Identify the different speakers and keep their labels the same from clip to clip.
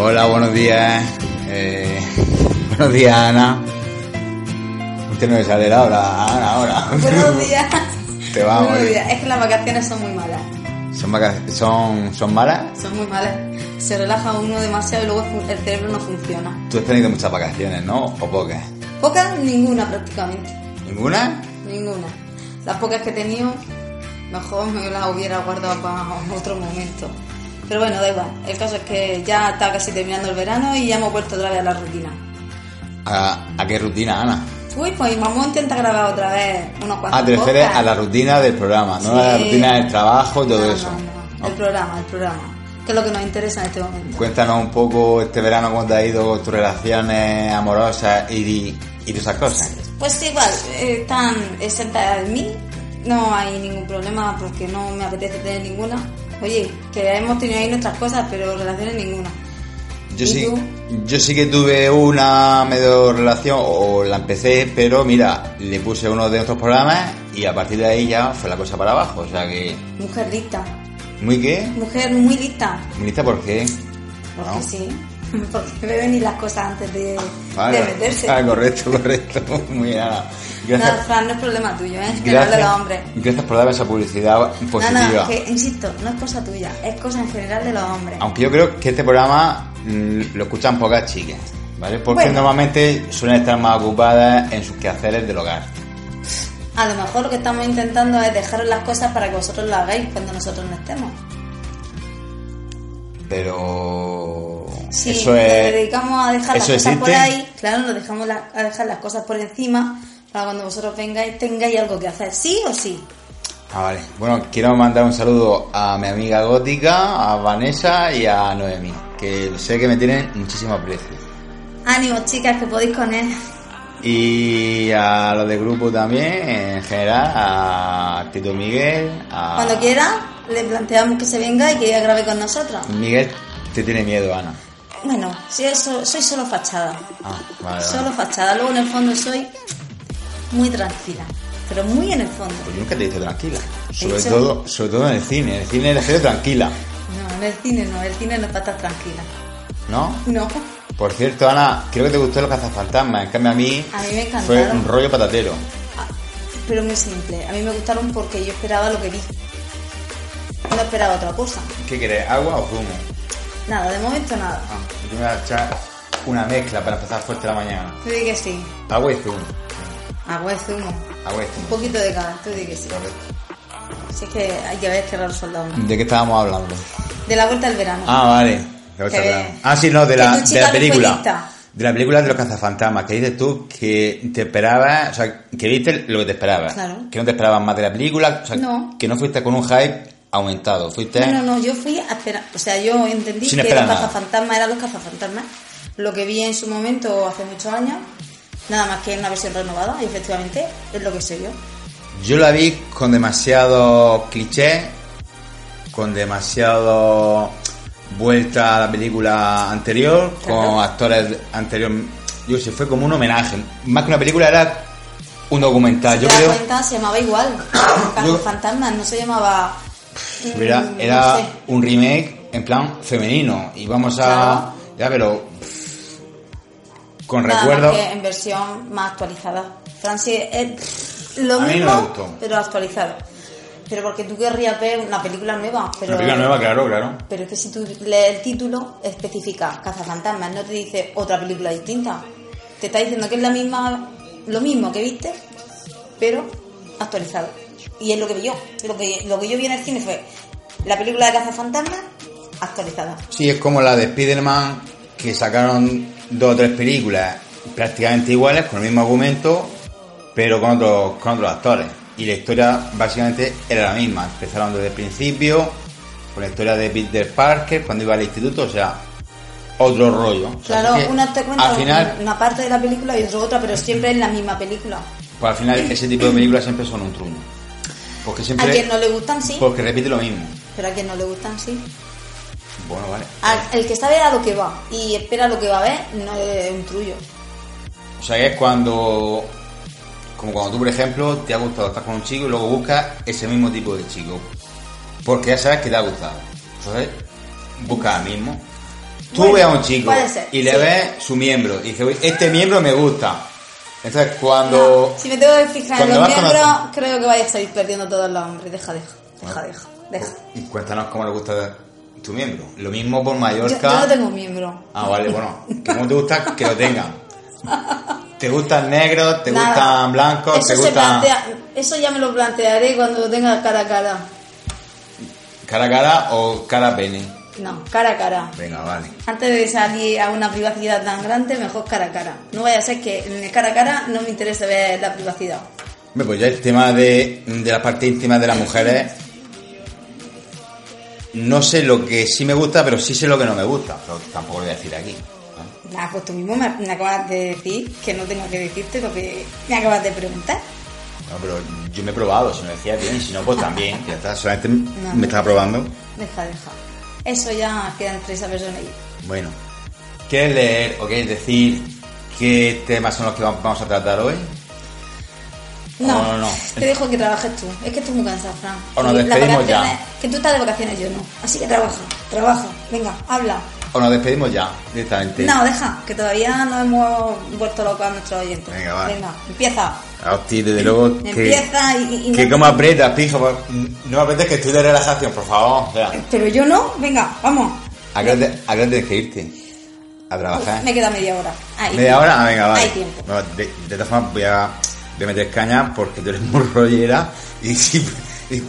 Speaker 1: Hola, buenos días. Eh, buenos días, Ana. Usted no me sale la hora, Ana, ahora.
Speaker 2: Buenos días.
Speaker 1: Te va a
Speaker 2: Buenos
Speaker 1: morir.
Speaker 2: días. Es que las vacaciones son muy malas.
Speaker 1: ¿Son, vaca- son, ¿Son malas?
Speaker 2: Son muy malas. Se relaja uno demasiado y luego fun- el cerebro no funciona.
Speaker 1: Tú has tenido muchas vacaciones, ¿no? ¿O pocas?
Speaker 2: Pocas, ninguna prácticamente.
Speaker 1: ¿Ninguna?
Speaker 2: Ninguna. Las pocas que he tenido, mejor me las hubiera guardado para otro momento. Pero bueno, da igual. El caso es que ya está casi terminando el verano y ya hemos vuelto otra vez a la rutina.
Speaker 1: ¿A, a qué rutina, Ana?
Speaker 2: Uy, pues mamá intenta grabar otra vez unos cuantos
Speaker 1: Ah, te refieres
Speaker 2: podcasts.
Speaker 1: a la rutina del programa, no
Speaker 2: Sí.
Speaker 1: a la rutina del trabajo y todo
Speaker 2: No, no,
Speaker 1: eso.
Speaker 2: no. El programa, el programa. Que es lo que nos interesa en este momento.
Speaker 1: Cuéntanos un poco este verano cómo te ha ido con tus relaciones amorosas y, y todas esas cosas.
Speaker 2: Pues igual, eh, están exentas de mí, no hay ningún problema porque no me apetece tener ninguna. Oye, que hemos tenido ahí nuestras cosas, pero relaciones ninguna.
Speaker 1: Yo
Speaker 2: ¿Y
Speaker 1: sí,
Speaker 2: tú?
Speaker 1: yo sí que tuve una medio relación, o la empecé, pero mira, le puse uno de nuestros programas y a partir de ahí ya fue la cosa para abajo. O sea que,
Speaker 2: Mujer lista,
Speaker 1: ¿muy qué?
Speaker 2: mujer muy lista,
Speaker 1: ¿Muy lista por qué?
Speaker 2: porque
Speaker 1: No.
Speaker 2: sí, porque ve venir las cosas antes de,
Speaker 1: Vale.
Speaker 2: de meterse.
Speaker 1: Ah, correcto, correcto. Muy bien, Ana. Gracias.
Speaker 2: Nada, Fran, no es problema tuyo, ¿eh? Que no es de
Speaker 1: Gracias,
Speaker 2: los hombres.
Speaker 1: gracias por darme esa publicidad positiva.
Speaker 2: No, no, que insisto, no es cosa tuya, es cosa en general de los hombres.
Speaker 1: Aunque yo creo que este programa mm, lo escuchan pocas chicas, ¿vale? Porque
Speaker 2: Bueno.
Speaker 1: normalmente suelen estar más ocupadas en sus quehaceres del hogar.
Speaker 2: A lo mejor lo que estamos intentando es dejaros las cosas para que vosotros las hagáis cuando nosotros no estemos.
Speaker 1: Pero
Speaker 2: Sí,
Speaker 1: eso
Speaker 2: nos
Speaker 1: es
Speaker 2: dedicamos a dejar las
Speaker 1: ¿eso
Speaker 2: cosas por
Speaker 1: existe?
Speaker 2: ahí, claro, nos dejamos la- a dejar las cosas por encima para cuando vosotros vengáis tengáis algo que hacer, sí o sí.
Speaker 1: Ah, vale. Bueno, quiero mandar un saludo a mi amiga gótica, a Vanessa y a Noemi, que sé que me tienen muchísimo aprecio.
Speaker 2: Ánimo, chicas, que podéis con él.
Speaker 1: Y a los de grupo también, en general, a Tito Miguel, a...
Speaker 2: Cuando quiera, le planteamos que se venga y que ella grabe con nosotros.
Speaker 1: Miguel te tiene miedo, Ana.
Speaker 2: Bueno, si eso, soy solo fachada.
Speaker 1: Ah, vale, vale.
Speaker 2: Solo fachada. Luego en el fondo soy muy tranquila, pero muy en el fondo.
Speaker 1: Pues yo nunca te he dicho tranquila. Sobre
Speaker 2: dicho-
Speaker 1: todo, sobre todo en el cine. En el cine eres pero tranquila,
Speaker 2: No, en el cine no, el cine no es para estar tranquila.
Speaker 1: ¿no?
Speaker 2: No.
Speaker 1: Por cierto, Ana, creo que te gustó los cazafantasmas. En cambio, a mí,
Speaker 2: A mí me encantaron.
Speaker 1: fue un rollo patatero.
Speaker 2: Pero muy simple. A mí me gustaron porque yo esperaba lo que vi. No esperaba otra cosa.
Speaker 1: ¿Qué querés? ¿Agua o zumo?
Speaker 2: Nada, de momento nada.
Speaker 1: Ah, yo me voy a echar una mezcla para empezar fuerte la mañana.
Speaker 2: Tú di que sí.
Speaker 1: Agua y zumo.
Speaker 2: Agua de zumo.
Speaker 1: Agua y
Speaker 2: Un
Speaker 1: zumo.
Speaker 2: poquito de cada. Tú di que sí. Si es que ya ves que raro soldado. ¿no?
Speaker 1: ¿De qué estábamos hablando?
Speaker 2: De la vuelta al verano.
Speaker 1: Ah, vale. De otra
Speaker 2: Que-
Speaker 1: vez. Ah, sí, no, de
Speaker 2: que
Speaker 1: la,
Speaker 2: tu
Speaker 1: de
Speaker 2: chica
Speaker 1: la
Speaker 2: no fue
Speaker 1: película.
Speaker 2: lista.
Speaker 1: De la película de los cazafantasmas, que dices tú que te esperabas, o sea, que viste lo que te esperabas.
Speaker 2: Claro.
Speaker 1: Que no te esperabas más de la película, o sea,
Speaker 2: No.
Speaker 1: que no fuiste con un hype aumentado, fuiste...
Speaker 2: No, no, no, yo fui a esperar. O sea, yo entendí
Speaker 1: Sin
Speaker 2: que
Speaker 1: esperar
Speaker 2: los
Speaker 1: nada.
Speaker 2: cazafantasmas eran los cazafantasmas. Lo que vi en su momento hace muchos años, nada más que en una versión renovada, y efectivamente es lo que sé yo.
Speaker 1: Yo la vi con demasiado cliché, con demasiado vuelta a la película anterior,
Speaker 2: Claro.
Speaker 1: con actores anteriores. Yo sé, fue como un homenaje. Más que una película era un documental.
Speaker 2: Si
Speaker 1: Yo
Speaker 2: te das
Speaker 1: creo
Speaker 2: cuenta, se llamaba igual. Cazafantasmas, no se llamaba. mm,
Speaker 1: era,
Speaker 2: no
Speaker 1: era
Speaker 2: sé.
Speaker 1: un remake en plan femenino. Y vamos a.
Speaker 2: Claro.
Speaker 1: Ya, pero. Con
Speaker 2: Nada más
Speaker 1: recuerdos.
Speaker 2: que en versión más actualizada. Francis es lo
Speaker 1: A mí no
Speaker 2: mismo,
Speaker 1: me gustó.
Speaker 2: pero actualizado. Pero porque tú querrías ver una película nueva. Pero,
Speaker 1: Una película nueva, claro, claro.
Speaker 2: Pero es que si tú lees el título, especifica Cazafantasmas, no te dice otra película distinta. Te está diciendo que es la misma, lo mismo que viste, pero actualizado. Y es lo que vi yo. Lo que, lo que yo vi en el cine fue la película de Cazafantasmas actualizada.
Speaker 1: Sí, es como la de Spider-Man, que sacaron dos o tres películas prácticamente iguales, con el mismo argumento, pero con otros, con otros actores. Y la historia básicamente era la misma. Empezaron desde el principio, con la historia de Peter Parker, cuando iba al instituto, o sea, otro rollo. O sea,
Speaker 2: Claro,
Speaker 1: así que,
Speaker 2: una te cuenta
Speaker 1: Al final,
Speaker 2: una parte de la película y otra otra, pero siempre es la misma película.
Speaker 1: pues al final ese tipo de películas siempre son un truño. Porque
Speaker 2: A
Speaker 1: siempre...
Speaker 2: quien no le gustan, sí,
Speaker 1: Porque repite lo mismo.
Speaker 2: pero a quien no le gustan, sí.
Speaker 1: Bueno, vale.
Speaker 2: Al, el que sabe a lo que va y espera lo que va a ver, no es un trullo.
Speaker 1: O sea, es cuando. Como cuando tú, por ejemplo, te ha gustado estar con un chico y luego buscas ese mismo tipo de chico. Porque ya sabes que te ha gustado. Entonces, busca al mismo. Tú
Speaker 2: Bueno,
Speaker 1: ves a un chico
Speaker 2: puede ser,
Speaker 1: y le
Speaker 2: sí.
Speaker 1: ves su miembro. Y dices, "Uy, este miembro me gusta. Entonces, cuando.
Speaker 2: No, Ah, si me tengo que fijar en
Speaker 1: cuando
Speaker 2: los
Speaker 1: vas
Speaker 2: miembros,
Speaker 1: conociendo-
Speaker 2: creo que vais a salir perdiendo todos los hombres. Deja, deja, deja, deja. deja.
Speaker 1: Y cuéntanos cómo le gusta tu miembro. Lo mismo por
Speaker 2: Yo,
Speaker 1: Mallorca.
Speaker 2: yo no tengo miembro.
Speaker 1: Ah, vale, bueno. Que como te gusta, que lo tengan. ¿Te gustan negros? ¿Te
Speaker 2: Nada.
Speaker 1: gustan blancos?
Speaker 2: Eso,
Speaker 1: ¿Te
Speaker 2: se
Speaker 1: gustan
Speaker 2: plantea- eso ya me lo plantearé cuando tenga cara a cara.
Speaker 1: cara a cara o cara a pene?
Speaker 2: No, cara a cara.
Speaker 1: Venga, vale.
Speaker 2: Antes de salir a una privacidad tan grande, mejor cara a cara. No vaya a ser que en el cara a cara no me interese ver la privacidad.
Speaker 1: Hombre, Pues ya el tema de, de la parte íntima de las mujeres. No sé lo que sí me gusta, pero sí sé lo que no me gusta. Pero tampoco lo voy a decir aquí. ¿eh?
Speaker 2: Nada, pues tú mismo me, me acabas de decir que no tengo que decirte lo que me acabas de preguntar.
Speaker 1: Bueno, pero yo me he probado, si me decía bien, si no, pues también. Ya está, solamente me estaba probando.
Speaker 2: Deja, deja. Eso ya queda entre esa persona y yo.
Speaker 1: Bueno, ¿quieres leer o quieres decir qué temas son los que vamos a tratar hoy?
Speaker 2: No,
Speaker 1: No, no, no.
Speaker 2: te dejo que trabajes tú. Es que estoy muy cansada, Fran.
Speaker 1: O nos
Speaker 2: Y las
Speaker 1: despedimos ya.
Speaker 2: vacaciones- Que tú estás de vacaciones, yo no. Así que trabaja, trabaja. Venga, habla.
Speaker 1: ¿O nos despedimos ya directamente?
Speaker 2: No, deja, que todavía no hemos vuelto locos a nuestros oyentes.
Speaker 1: Venga, vale.
Speaker 2: Venga, empieza.
Speaker 1: Hostia, desde luego que...
Speaker 2: Em, Empieza y- y- y
Speaker 1: que
Speaker 2: no-
Speaker 1: como aprietas, pijo. por- No aprietes que estoy de relajación, por favor. O sea,
Speaker 2: Pero yo no, venga, vamos.
Speaker 1: ¿a qué hora te- a qué hora tienes que irte? A trabajar.
Speaker 2: Me queda media hora. Ahí.
Speaker 1: ¿Media hora? Ah, venga, vale.
Speaker 2: Hay tiempo.
Speaker 1: Bueno, de, de todas formas voy a, voy a meter caña porque tú eres muy rollera y si... y-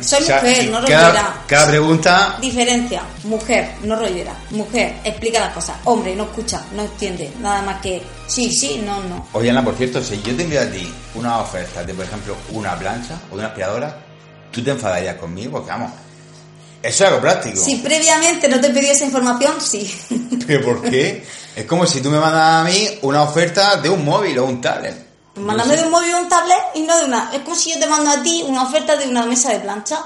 Speaker 2: Soy mujer, no rollera.
Speaker 1: cada, cada pregunta...
Speaker 2: Diferencia, mujer, no rollera. Mujer, explica las cosas. Hombre, no escucha, no entiende. Nada más que sí, sí, no, no.
Speaker 1: Oye, Ana, por cierto, si yo te envío a ti una oferta de, por ejemplo, una plancha o de una aspiradora, ¿tú te enfadarías conmigo? Porque, vamos, eso es algo práctico.
Speaker 2: Si previamente no te he pedido esa información, sí.
Speaker 1: ¿Pero por qué? Es como si tú me mandas a mí una oferta de un móvil o un tablet.
Speaker 2: Pues Mándame de un móvil un tablet y no de una. Es como si yo te mando a ti una oferta de una mesa de plancha.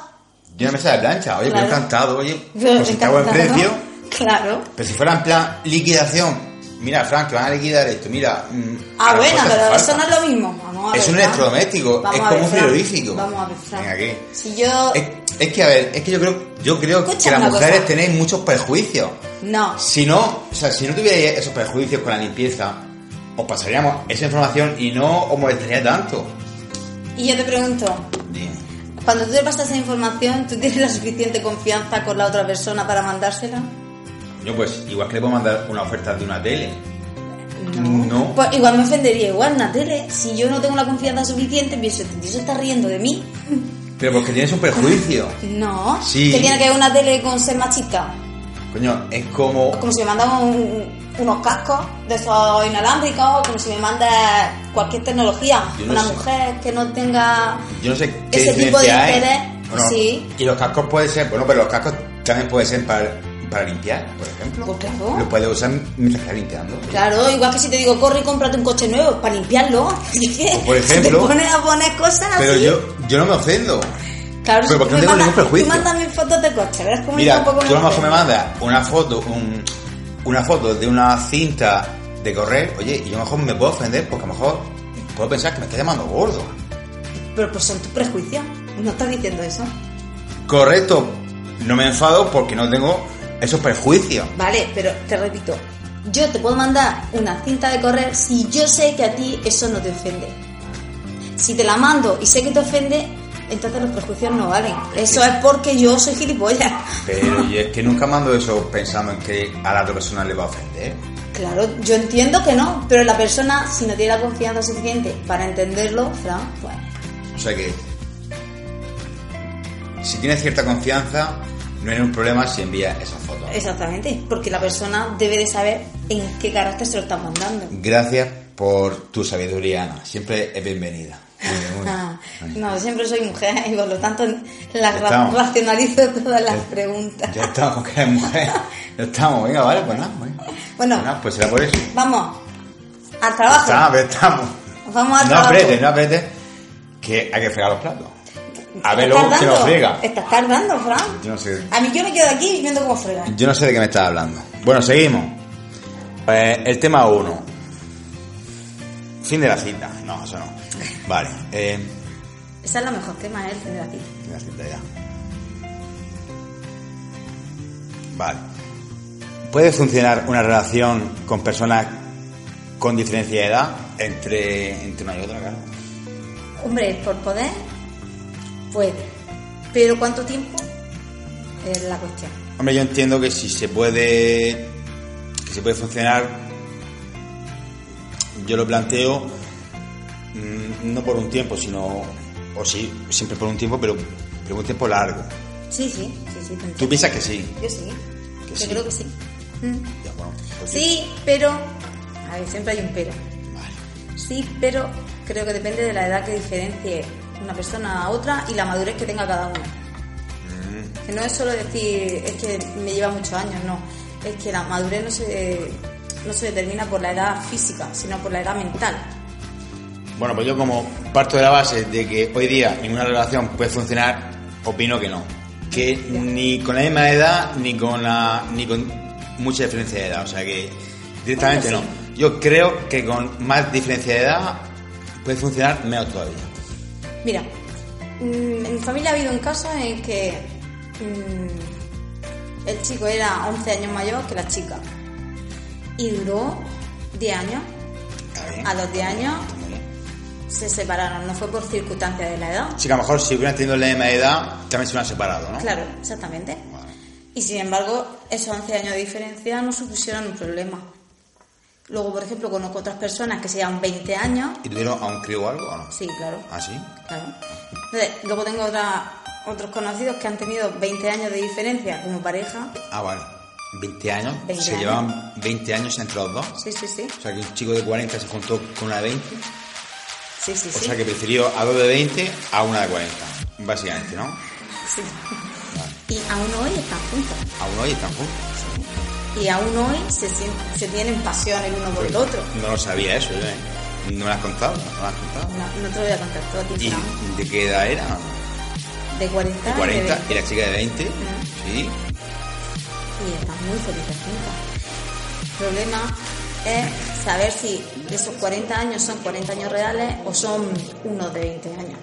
Speaker 1: De una mesa de plancha. Oye,
Speaker 2: Claro.
Speaker 1: que encantado. Oye,
Speaker 2: Pero
Speaker 1: pues si está a buen
Speaker 2: encantado.
Speaker 1: precio.
Speaker 2: Claro.
Speaker 1: Pero si fuera en plan liquidación. Mira, Frank, que van a liquidar esto. Mira. mm, a
Speaker 2: Ah,
Speaker 1: lo
Speaker 2: bueno,
Speaker 1: mejor te
Speaker 2: pero
Speaker 1: hace
Speaker 2: eso no
Speaker 1: falta.
Speaker 2: es lo mismo. Vamos a
Speaker 1: Es
Speaker 2: ver,
Speaker 1: un
Speaker 2: Fran.
Speaker 1: electrodoméstico,
Speaker 2: Vamos
Speaker 1: es
Speaker 2: a
Speaker 1: como
Speaker 2: ver,
Speaker 1: un
Speaker 2: Fran.
Speaker 1: frigorífico.
Speaker 2: Vamos a ver, Fran.
Speaker 1: Venga, ¿qué?
Speaker 2: Si yo.
Speaker 1: Es, es que, a ver, es que yo creo, yo creo que
Speaker 2: Escúchame
Speaker 1: las
Speaker 2: una
Speaker 1: mujeres
Speaker 2: cosa.
Speaker 1: tenéis muchos perjuicios.
Speaker 2: No.
Speaker 1: Si no, o sea, si no tuvierais esos perjuicios con la limpieza, os pasaríamos esa información y no os molestaría tanto.
Speaker 2: Y yo te pregunto, cuando tú te pasas esa información, ¿tú tienes la suficiente confianza con la otra persona para mandársela?
Speaker 1: Yo pues, igual que le puedo mandar una oferta de una tele. No.
Speaker 2: Pues igual me ofendería, igual Natele, si yo no tengo la confianza suficiente, pienso, "Este tío se está riendo de mí?
Speaker 1: Pero porque tienes un perjuicio.
Speaker 2: No.
Speaker 1: Sí.
Speaker 2: ¿Qué tiene que ver una tele con ser más chica?
Speaker 1: Coño, es como...
Speaker 2: Como si me mandan un- unos cascos de esos inalámbricos, como si me manda cualquier tecnología.
Speaker 1: Yo no
Speaker 2: una
Speaker 1: sé.
Speaker 2: mujer que no tenga...
Speaker 1: Yo no sé qué
Speaker 2: Ese tipo de
Speaker 1: diferencia hay.
Speaker 2: interés, sí.
Speaker 1: Y los cascos pueden ser... Bueno, pero los cascos también pueden ser para, para limpiar, por ejemplo.
Speaker 2: Pues claro.
Speaker 1: Lo puedes usar mientras estás limpiando.
Speaker 2: Claro, igual que si te digo, corre y cómprate un coche nuevo para limpiarlo.
Speaker 1: O por ejemplo-
Speaker 2: Te pones a poner cosas
Speaker 1: Pero
Speaker 2: así.
Speaker 1: yo, yo no me ofendo.
Speaker 2: Claro,
Speaker 1: pero
Speaker 2: si
Speaker 1: porque
Speaker 2: tú
Speaker 1: no
Speaker 2: me
Speaker 1: tengo ningún
Speaker 2: mandas-
Speaker 1: prejuicio.
Speaker 2: Tú mándame fotos de coche, verás cómo yo
Speaker 1: Mira,
Speaker 2: tampoco
Speaker 1: tú a lo mejor me
Speaker 2: ofendo.
Speaker 1: mandas una foto, un- una foto de una cinta de correr, oye, y yo a lo mejor me puedo ofender porque a lo mejor puedo pensar que me está llamando gordo.
Speaker 2: Pero pues son tus prejuicios. No estás diciendo eso.
Speaker 1: Correcto, no me enfado porque no tengo esos perjuicios.
Speaker 2: Vale, pero te repito, yo te puedo mandar una cinta de correr si yo sé que a ti eso no te ofende. Si te la mando y sé que te ofende, entonces los prejuicios no valen. Eso es porque yo soy gilipollas.
Speaker 1: Pero yo es que nunca mando eso pensando en que a la otra persona le va a ofender.
Speaker 2: Claro, yo entiendo que no, pero la persona, si no tiene la confianza suficiente para entenderlo, Fran, pues
Speaker 1: O sea que si tienes cierta confianza, no era un problema si envía esas fotos.
Speaker 2: Exactamente, porque la persona debe de saber en qué carácter se lo están mandando.
Speaker 1: Gracias por tu sabiduría, Ana. Siempre es bienvenida. Muy bien, muy bien.
Speaker 2: Ah,
Speaker 1: Muy bien.
Speaker 2: no, siempre soy mujer y por lo tanto las ra-
Speaker 1: estamos.
Speaker 2: racionalizo todas las
Speaker 1: Ya-
Speaker 2: preguntas.
Speaker 1: Ya estamos, que eres mujer. Ya estamos, venga, vale, pues nada. Bueno,
Speaker 2: Bueno.
Speaker 1: Bueno, pues será por eso.
Speaker 2: Vamos, al trabajo.
Speaker 1: Estamos, estamos.
Speaker 2: Vamos al
Speaker 1: No
Speaker 2: trabajo.
Speaker 1: apretes, no apretes, que hay que fregar los platos. A ver
Speaker 2: ¿Estás
Speaker 1: luego quién los
Speaker 2: dando?
Speaker 1: friega.
Speaker 2: Estás tardando, Fran.
Speaker 1: Yo no sé.
Speaker 2: A mí yo me quedo aquí viendo cómo frega.
Speaker 1: Yo no sé de qué me estás hablando. Bueno, seguimos. Pues, el tema 1. Fin de la cita. No, eso no. Vale. Eh,
Speaker 2: Esa es la mejor tema, ¿eh? de aquí.
Speaker 1: fin de la cita ya. Vale. ¿Puede funcionar una relación con personas con diferencia de edad entre, entre una y otra, claro?
Speaker 2: Hombre, por poder, puede. Pero ¿cuánto tiempo? Es la cuestión.
Speaker 1: Hombre, yo entiendo que si se puede. que se puede funcionar. Yo lo planteo. mm, No por un tiempo, sino. O sí, siempre por un tiempo, pero, pero un tiempo largo.
Speaker 2: Sí, sí, sí, sí. te
Speaker 1: ¿Tú
Speaker 2: entiendo.
Speaker 1: piensas que sí?
Speaker 2: Yo sí.
Speaker 1: Que
Speaker 2: Yo
Speaker 1: sí.
Speaker 2: creo que sí. Mm.
Speaker 1: Ya, bueno, pues
Speaker 2: Sí, pero... A ver, siempre hay un pero.
Speaker 1: Vale.
Speaker 2: Sí, pero creo que depende de la edad que diferencie una persona a otra y la madurez que tenga cada uno. Que no es solo decir, es que me lleva muchos años, no. Es que la madurez no se, no se determina por la edad física, sino por la edad mental.
Speaker 1: Bueno, pues yo como parto de la base de que hoy día ninguna relación puede funcionar, opino que no. Que ni con la misma edad ni con la, ni con mucha diferencia de edad. O sea que directamente
Speaker 2: Bueno,
Speaker 1: no. Yo creo que con más diferencia de edad puede funcionar menos todavía.
Speaker 2: Mira, mm, en mi familia ha habido un caso en que mm, el chico era 11 años mayor que la chica y duró 10 años.
Speaker 1: Está bien.
Speaker 2: A los 10 años
Speaker 1: Está muy bien.
Speaker 2: se separaron, no fue por circunstancias de la edad.
Speaker 1: Sí, que a lo mejor si hubieran tenido la misma edad, también se hubieran separado, ¿no?
Speaker 2: Claro, exactamente.
Speaker 1: Vale.
Speaker 2: Y sin embargo, esos 11 años de diferencia no supusieron un problema. Luego, por ejemplo, conozco otras personas que se llevan 20 años.
Speaker 1: ¿Y tuvieron a un crío o algo o no?
Speaker 2: Sí, claro.
Speaker 1: ¿Ah, sí?
Speaker 2: claro. Entonces, luego tengo otra- otros conocidos que han tenido 20 años de diferencia como pareja.
Speaker 1: Ah, vale. 20 años.
Speaker 2: 20
Speaker 1: se
Speaker 2: años.
Speaker 1: llevaban 20 años entre los dos.
Speaker 2: Sí, sí, sí.
Speaker 1: O sea que un chico de 40 se juntó con una de 20.
Speaker 2: Sí, sí,
Speaker 1: O
Speaker 2: sí.
Speaker 1: sea que prefirió a dos de 20 a una de 40. Básicamente, ¿no?
Speaker 2: Sí. Y aún hoy están juntos.
Speaker 1: Aún hoy están juntos.
Speaker 2: Y aún hoy se, sien- se tienen pasión el uno por el otro.
Speaker 1: No lo sabía eso, ¿eh? No me lo has contado, no me lo has contado.
Speaker 2: No, no te lo voy a contar todo a ti, Fran.
Speaker 1: ¿Y de qué edad era?
Speaker 2: De Ah. 40
Speaker 1: De
Speaker 2: y
Speaker 1: 40
Speaker 2: 20.
Speaker 1: y la chica de 20. Sí.
Speaker 2: y están muy felices juntas. El problema es saber si esos 40 años son 40 años reales o son unos de 20 años.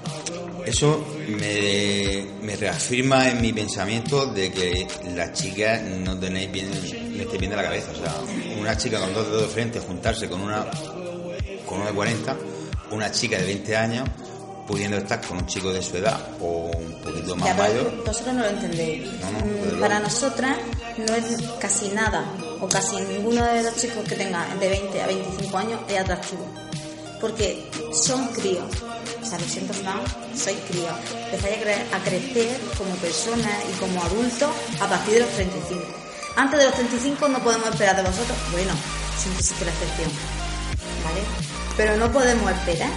Speaker 1: Eso me, me reafirma en mi pensamiento de que las chicas no tenéis bien, no estáis bien de la cabeza. O sea, una chica con dos dedos de frente juntarse con una con uno de 40, una chica de 20 años pudiendo estar con un chico de su edad o un poquito más
Speaker 2: Ya, pero
Speaker 1: mayor.
Speaker 2: vosotros no lo entendéis.
Speaker 1: No, no, desde
Speaker 2: Mm, Para
Speaker 1: luego.
Speaker 2: nosotras no es casi nada o casi ninguno de los chicos que tenga de 20 a 25 años es atractivo. Porque son críos. O sea, lo siento, Fran, soy crío. Empezáis a, cre- a crecer como personas y como adultos a partir de los 35. Antes de los 35 no podemos esperar de vosotros. Bueno, siempre sí que la excepción. ¿Vale? Pero no podemos esperar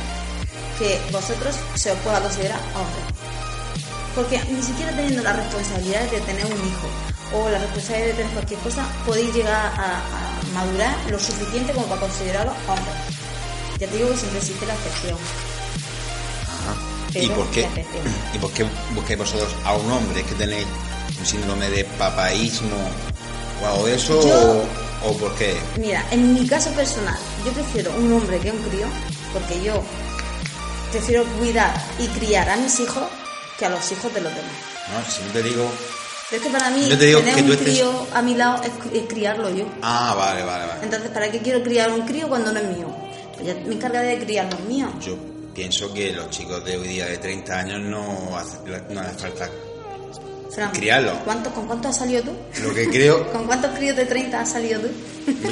Speaker 2: que vosotros se os pueda considerar hombres. Porque ni siquiera teniendo la responsabilidad de tener un hijo o la responsabilidad de tener cualquier cosa, podéis llegar a, a madurar lo suficiente como para consideraros hombres. Ya te digo que siempre existe la excepción.
Speaker 1: Ajá.
Speaker 2: pero
Speaker 1: ¿Y por qué?
Speaker 2: la excepción.
Speaker 1: ¿Y por qué buscáis vosotros a un hombre? ¿Es que tenéis un síndrome de papaísmo o algo de eso?
Speaker 2: Yo-
Speaker 1: ¿O, o por qué?
Speaker 2: Mira, en mi caso personal, yo prefiero un hombre que un crío, porque yo prefiero cuidar y criar a mis hijos que a los hijos de los demás.
Speaker 1: No, siempre digo
Speaker 2: Pero es que para mí,
Speaker 1: Yo te digo
Speaker 2: tener
Speaker 1: que
Speaker 2: un
Speaker 1: tú estés-
Speaker 2: crío a mi lado es, cri- es criarlo yo.
Speaker 1: Ah, vale, vale, vale.
Speaker 2: Entonces, ¿para qué quiero criar un crío cuando no es mío? Pues ya me encargaré de criar los míos.
Speaker 1: Yo pienso que los chicos de hoy día de 30 años no hace, no hace falta.
Speaker 2: Fran,
Speaker 1: Criarlo.
Speaker 2: ¿cuánto- ¿Con cuánto has salido tú?
Speaker 1: Lo que creo,
Speaker 2: ¿Con cuántos críos de 30 has salido tú?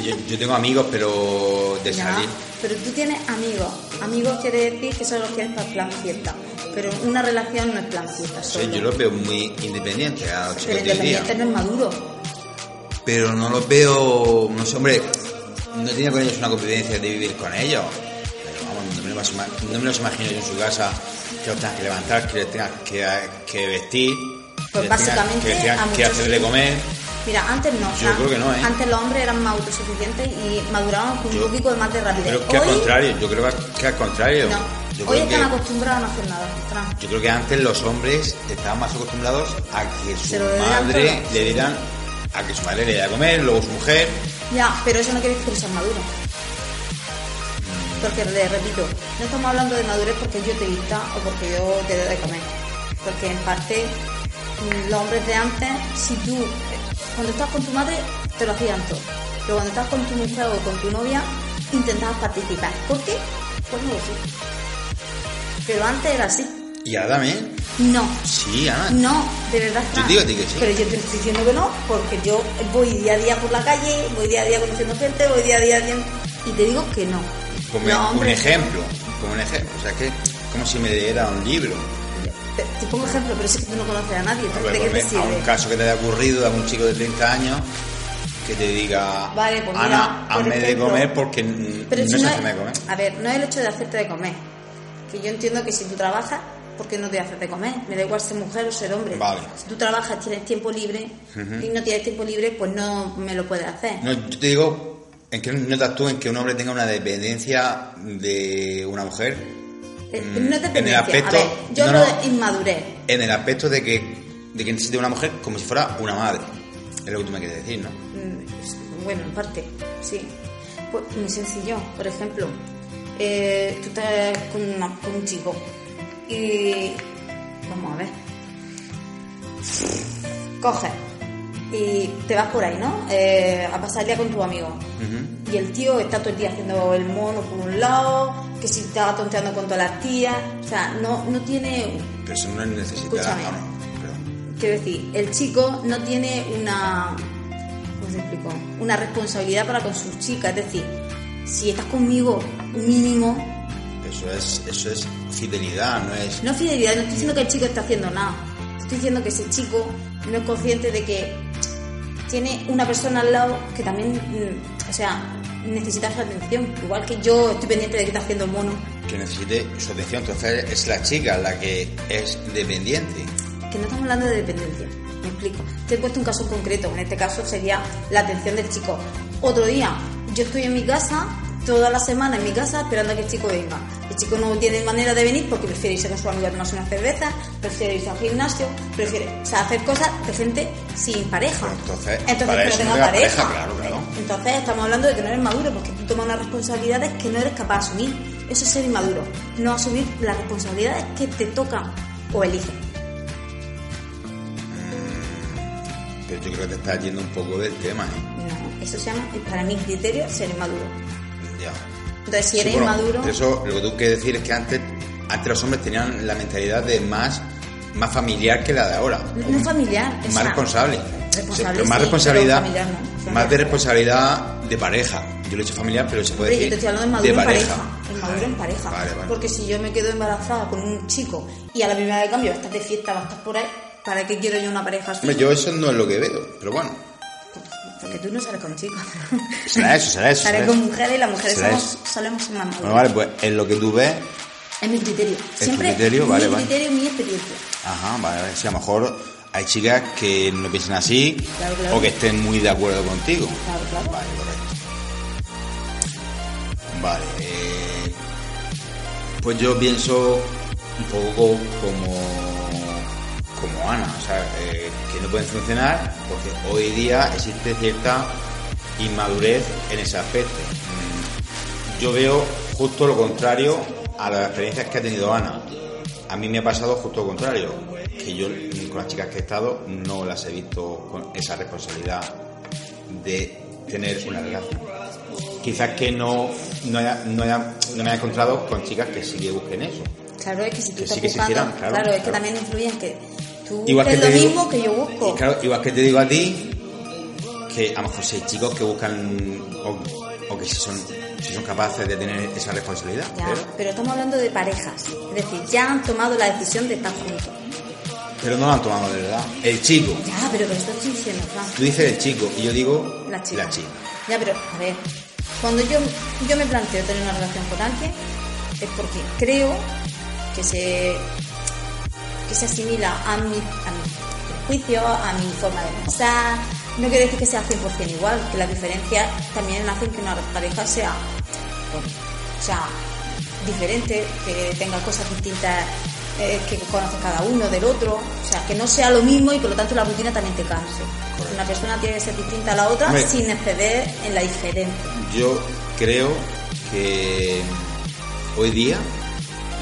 Speaker 1: yo, yo tengo amigos, pero de
Speaker 2: Ya,
Speaker 1: salir.
Speaker 2: pero tú tienes amigos. Amigos quiere decir que solo quieres para plan fiesta. pero una relación no es plan fiesta
Speaker 1: Sí,
Speaker 2: solo.
Speaker 1: yo los veo muy independientes a los
Speaker 2: pero
Speaker 1: chicos de hoy día.
Speaker 2: independiente no es maduro.
Speaker 1: Pero no los veo, no sé, hombre, no he tenido con ellos una convivencia de vivir con ellos. Pero vamos, no me los, ima- no me los imagino yo en su casa que los tengas que levantar, que les tengas que, que vestir. que
Speaker 2: Pues
Speaker 1: les tengas-
Speaker 2: básicamente
Speaker 1: que les
Speaker 2: a
Speaker 1: tengas que
Speaker 2: muchos
Speaker 1: hacerle
Speaker 2: sí.
Speaker 1: comer.
Speaker 2: Mira, antes no. o sea,
Speaker 1: creo que no, ¿eh?
Speaker 2: Antes los hombres eran más autosuficientes y maduraban con
Speaker 1: Yo-
Speaker 2: un poquito de más de rapidez.
Speaker 1: Pero que al
Speaker 2: Hoy,
Speaker 1: contrario, yo creo que al contrario.
Speaker 2: no.
Speaker 1: Yo
Speaker 2: Hoy
Speaker 1: creo
Speaker 2: están
Speaker 1: que-
Speaker 2: acostumbrados a no hacer nada. Fran.
Speaker 1: Yo creo que antes los hombres estaban más acostumbrados a que su
Speaker 2: Se lo dieran
Speaker 1: madre
Speaker 2: todo.
Speaker 1: le dieran, a que su madre le diera a comer, luego su mujer.
Speaker 2: Ya, pero eso no quiere decir que seas maduro. Porque, le repito, no estamos hablando de madurez porque yo te vista o porque yo te doy de comer. Porque en parte, mm, los hombres de antes, si tú, cuando estás con tu madre, te lo hacían todo. Pero cuando estás con tu mujer o con tu novia, intentabas participar. ¿Por qué? Pues no lo sé. Pero antes era así.
Speaker 1: Y ahora también,
Speaker 2: No,
Speaker 1: sí, Ana.
Speaker 2: no, de verdad
Speaker 1: Yo
Speaker 2: Fran.
Speaker 1: digo a ti que sí.
Speaker 2: Pero yo te estoy diciendo que no, porque yo voy día a día por la calle, voy día a día conociendo gente, voy día a día bien- y te digo que no.
Speaker 1: Como
Speaker 2: No,
Speaker 1: un
Speaker 2: hombre,
Speaker 1: ejemplo, como un ejemplo. O sea, es que como si me diera un libro.
Speaker 2: Te, te pongo ejemplo, pero es que tú no conoces a nadie, entonces
Speaker 1: Hombre,
Speaker 2: ¿de qué te
Speaker 1: ponme a un
Speaker 2: sirve?
Speaker 1: caso que te haya ocurrido de algún chico de 30 años que te diga,
Speaker 2: Vale, pues mira,
Speaker 1: Ana,
Speaker 2: por
Speaker 1: hazme de
Speaker 2: ejemplo.
Speaker 1: comer porque mm,
Speaker 2: Pero
Speaker 1: no
Speaker 2: si
Speaker 1: se
Speaker 2: no
Speaker 1: hace
Speaker 2: es-
Speaker 1: de comer.
Speaker 2: A ver, no es el hecho de hacerte de comer. Que yo entiendo que si tú trabajas, ¿por qué no te haces de comer? Me da igual ser mujer o ser hombre.
Speaker 1: Vale.
Speaker 2: Si tú trabajas, tienes tiempo libre y no tienes tiempo libre, pues no me lo puedes hacer.
Speaker 1: No, yo te digo, en que notas tú en que un hombre tenga una dependencia de una mujer,
Speaker 2: Eh,
Speaker 1: Mm,
Speaker 2: no es
Speaker 1: en el
Speaker 2: dependencia.
Speaker 1: aspecto-
Speaker 2: a ver, yo
Speaker 1: no,
Speaker 2: hablo
Speaker 1: no.
Speaker 2: de inmadurez.
Speaker 1: en el aspecto de que, de que necesite una mujer como si fuera una madre. Es lo que tú me quieres decir, ¿no?
Speaker 2: Mm, Bueno, en parte, sí. Pues, muy sencillo, por ejemplo, eh, tú estás con, una- con un chico y. Vamos a ver. Coges y te vas por ahí, ¿no? Eh, a pasar el día con tu amigo. Y el tío está todo el día haciendo el mono por un lado, que si está tonteando con todas las tías. O sea, no, no tiene
Speaker 1: Pero eso no es necesitar
Speaker 2: Escúchame.
Speaker 1: ah, no, perdón.
Speaker 2: Quiero decir, el chico no tiene una. ¿Cómo se explicó? Una responsabilidad para con sus chicas. Es decir, si estás conmigo, mínimo.
Speaker 1: Eso es, eso es fidelidad, no es...
Speaker 2: No fidelidad, no estoy diciendo que el chico está haciendo nada. Estoy diciendo que ese chico no es consciente de que tiene una persona al lado que también. mm, O sea, necesita su atención. Igual que yo estoy pendiente de que está haciendo el mono.
Speaker 1: que necesite su atención. Entonces es la chica la que es dependiente.
Speaker 2: que no estamos hablando de dependencia. Me explico. Te he puesto un caso concreto. En este caso sería la atención del chico. Otro día, yo estoy en mi casa, toda la semana en mi casa, esperando a que el chico venga. El chico no tiene manera de venir porque prefiere irse con su amigo a tomarse una cerveza, prefiere irse al gimnasio, prefiere o sea, hacer cosas de gente sin pareja.
Speaker 1: Pero Pues entonces,
Speaker 2: entonces
Speaker 1: para
Speaker 2: que no
Speaker 1: eso no
Speaker 2: tenga
Speaker 1: tenga
Speaker 2: pareja.
Speaker 1: pareja, claro, claro.
Speaker 2: Entonces estamos hablando de que no eres maduro porque tú tomas unas responsabilidades que no eres capaz de asumir. Eso es ser inmaduro. No asumir las responsabilidades que te tocan o eligen.
Speaker 1: Pero yo creo que te estás yendo un poco del tema, ¿eh?
Speaker 2: No, Mm, eso se llama, eh, para mi criterio, ser inmaduro.
Speaker 1: Ya.
Speaker 2: Entonces, si eres
Speaker 1: Sí, bueno,
Speaker 2: inmaduro,
Speaker 1: Eso, lo que tú quieres decir es que antes, antes los hombres tenían la mentalidad de más, más familiar que la de ahora.
Speaker 2: no es familiar. o
Speaker 1: más
Speaker 2: sea,
Speaker 1: responsable.
Speaker 2: responsable,
Speaker 1: Sí, pero más
Speaker 2: sí,
Speaker 1: responsabilidad,
Speaker 2: pero familiar no.
Speaker 1: más de responsabilidad de pareja. Yo lo he hecho familiar, pero se puede
Speaker 2: Hombre, yo te
Speaker 1: decir
Speaker 2: estoy hablando de maduro en
Speaker 1: pareja.
Speaker 2: pareja. Inmaduro en pareja.
Speaker 1: Vale, vale.
Speaker 2: Porque si yo me quedo embarazada con un chico y a la primera de cambio vas a estar de fiesta, vas a estar por ahí, ¿para qué quiero yo una pareja así?
Speaker 1: Hombre, yo eso no es lo que veo, pero bueno.
Speaker 2: Porque tú no sales con chicos.
Speaker 1: Será eso, será eso,
Speaker 2: Sales
Speaker 1: será
Speaker 2: con
Speaker 1: eso.
Speaker 2: mujeres y las mujeres
Speaker 1: Será
Speaker 2: somos,
Speaker 1: eso.
Speaker 2: solemos ser más maduras.
Speaker 1: Bueno, vale, pues en lo que tú ves,
Speaker 2: Es mi criterio.
Speaker 1: tu
Speaker 2: Siempre
Speaker 1: criterio,
Speaker 2: mi
Speaker 1: vale, vale.
Speaker 2: criterio, mi experiencia.
Speaker 1: ajá, vale, vale. Sí, a lo mejor hay chicas que no piensan así
Speaker 2: Claro, claro.
Speaker 1: o que estén muy de acuerdo contigo.
Speaker 2: Claro, claro.
Speaker 1: Vale, correcto. Vale, eh, pues yo pienso un poco como, como Ana, o sea, eh, que no pueden funcionar porque hoy día existe cierta inmadurez en ese aspecto. Mm, Yo veo justo lo contrario a las experiencias que ha tenido Ana. A mí me ha pasado justo lo contrario, que yo mm, con las chicas que he estado no las he visto con esa responsabilidad de tener una relación quizás que no, no, haya, no, haya- no me haya encontrado con chicas que sí que busquen eso.
Speaker 2: Claro, es que si tú
Speaker 1: Que
Speaker 2: estás
Speaker 1: sí que se
Speaker 2: buscando,
Speaker 1: hicieran, claro,
Speaker 2: es que
Speaker 1: claro.
Speaker 2: también influye en que tú
Speaker 1: Igual
Speaker 2: es
Speaker 1: que
Speaker 2: lo
Speaker 1: te digo-
Speaker 2: mismo que yo busco.
Speaker 1: Y claro, igual que te digo a ti, que a lo mejor si hay chicos que buscan o, porque si son, si son capaces de tener esa responsabilidad.
Speaker 2: Ya,
Speaker 1: Pero,
Speaker 2: pero estamos hablando de parejas. Es decir, ya han tomado la decisión de estar juntos.
Speaker 1: pero no lo han tomado de verdad. El chico.
Speaker 2: Ya, pero que lo estás diciendo, Fran.
Speaker 1: Tú dices el chico y yo digo
Speaker 2: La chica. Ya, pero a ver, cuando yo, yo me planteo tener una relación con alguien, es porque creo que se, que se asimila a mi, a mi juicio, a mi forma de pensar. No quiere decir que sea 100% igual, que las diferencias también hacen que una pareja sea, bueno, sea diferente, que tenga cosas distintas eh, que conoce cada uno del otro, o sea, que no sea lo mismo y por lo tanto la rutina también te canse. Una persona tiene que ser distinta a la otra
Speaker 1: Hombre.
Speaker 2: sin exceder en la diferencia.
Speaker 1: Yo creo que hoy día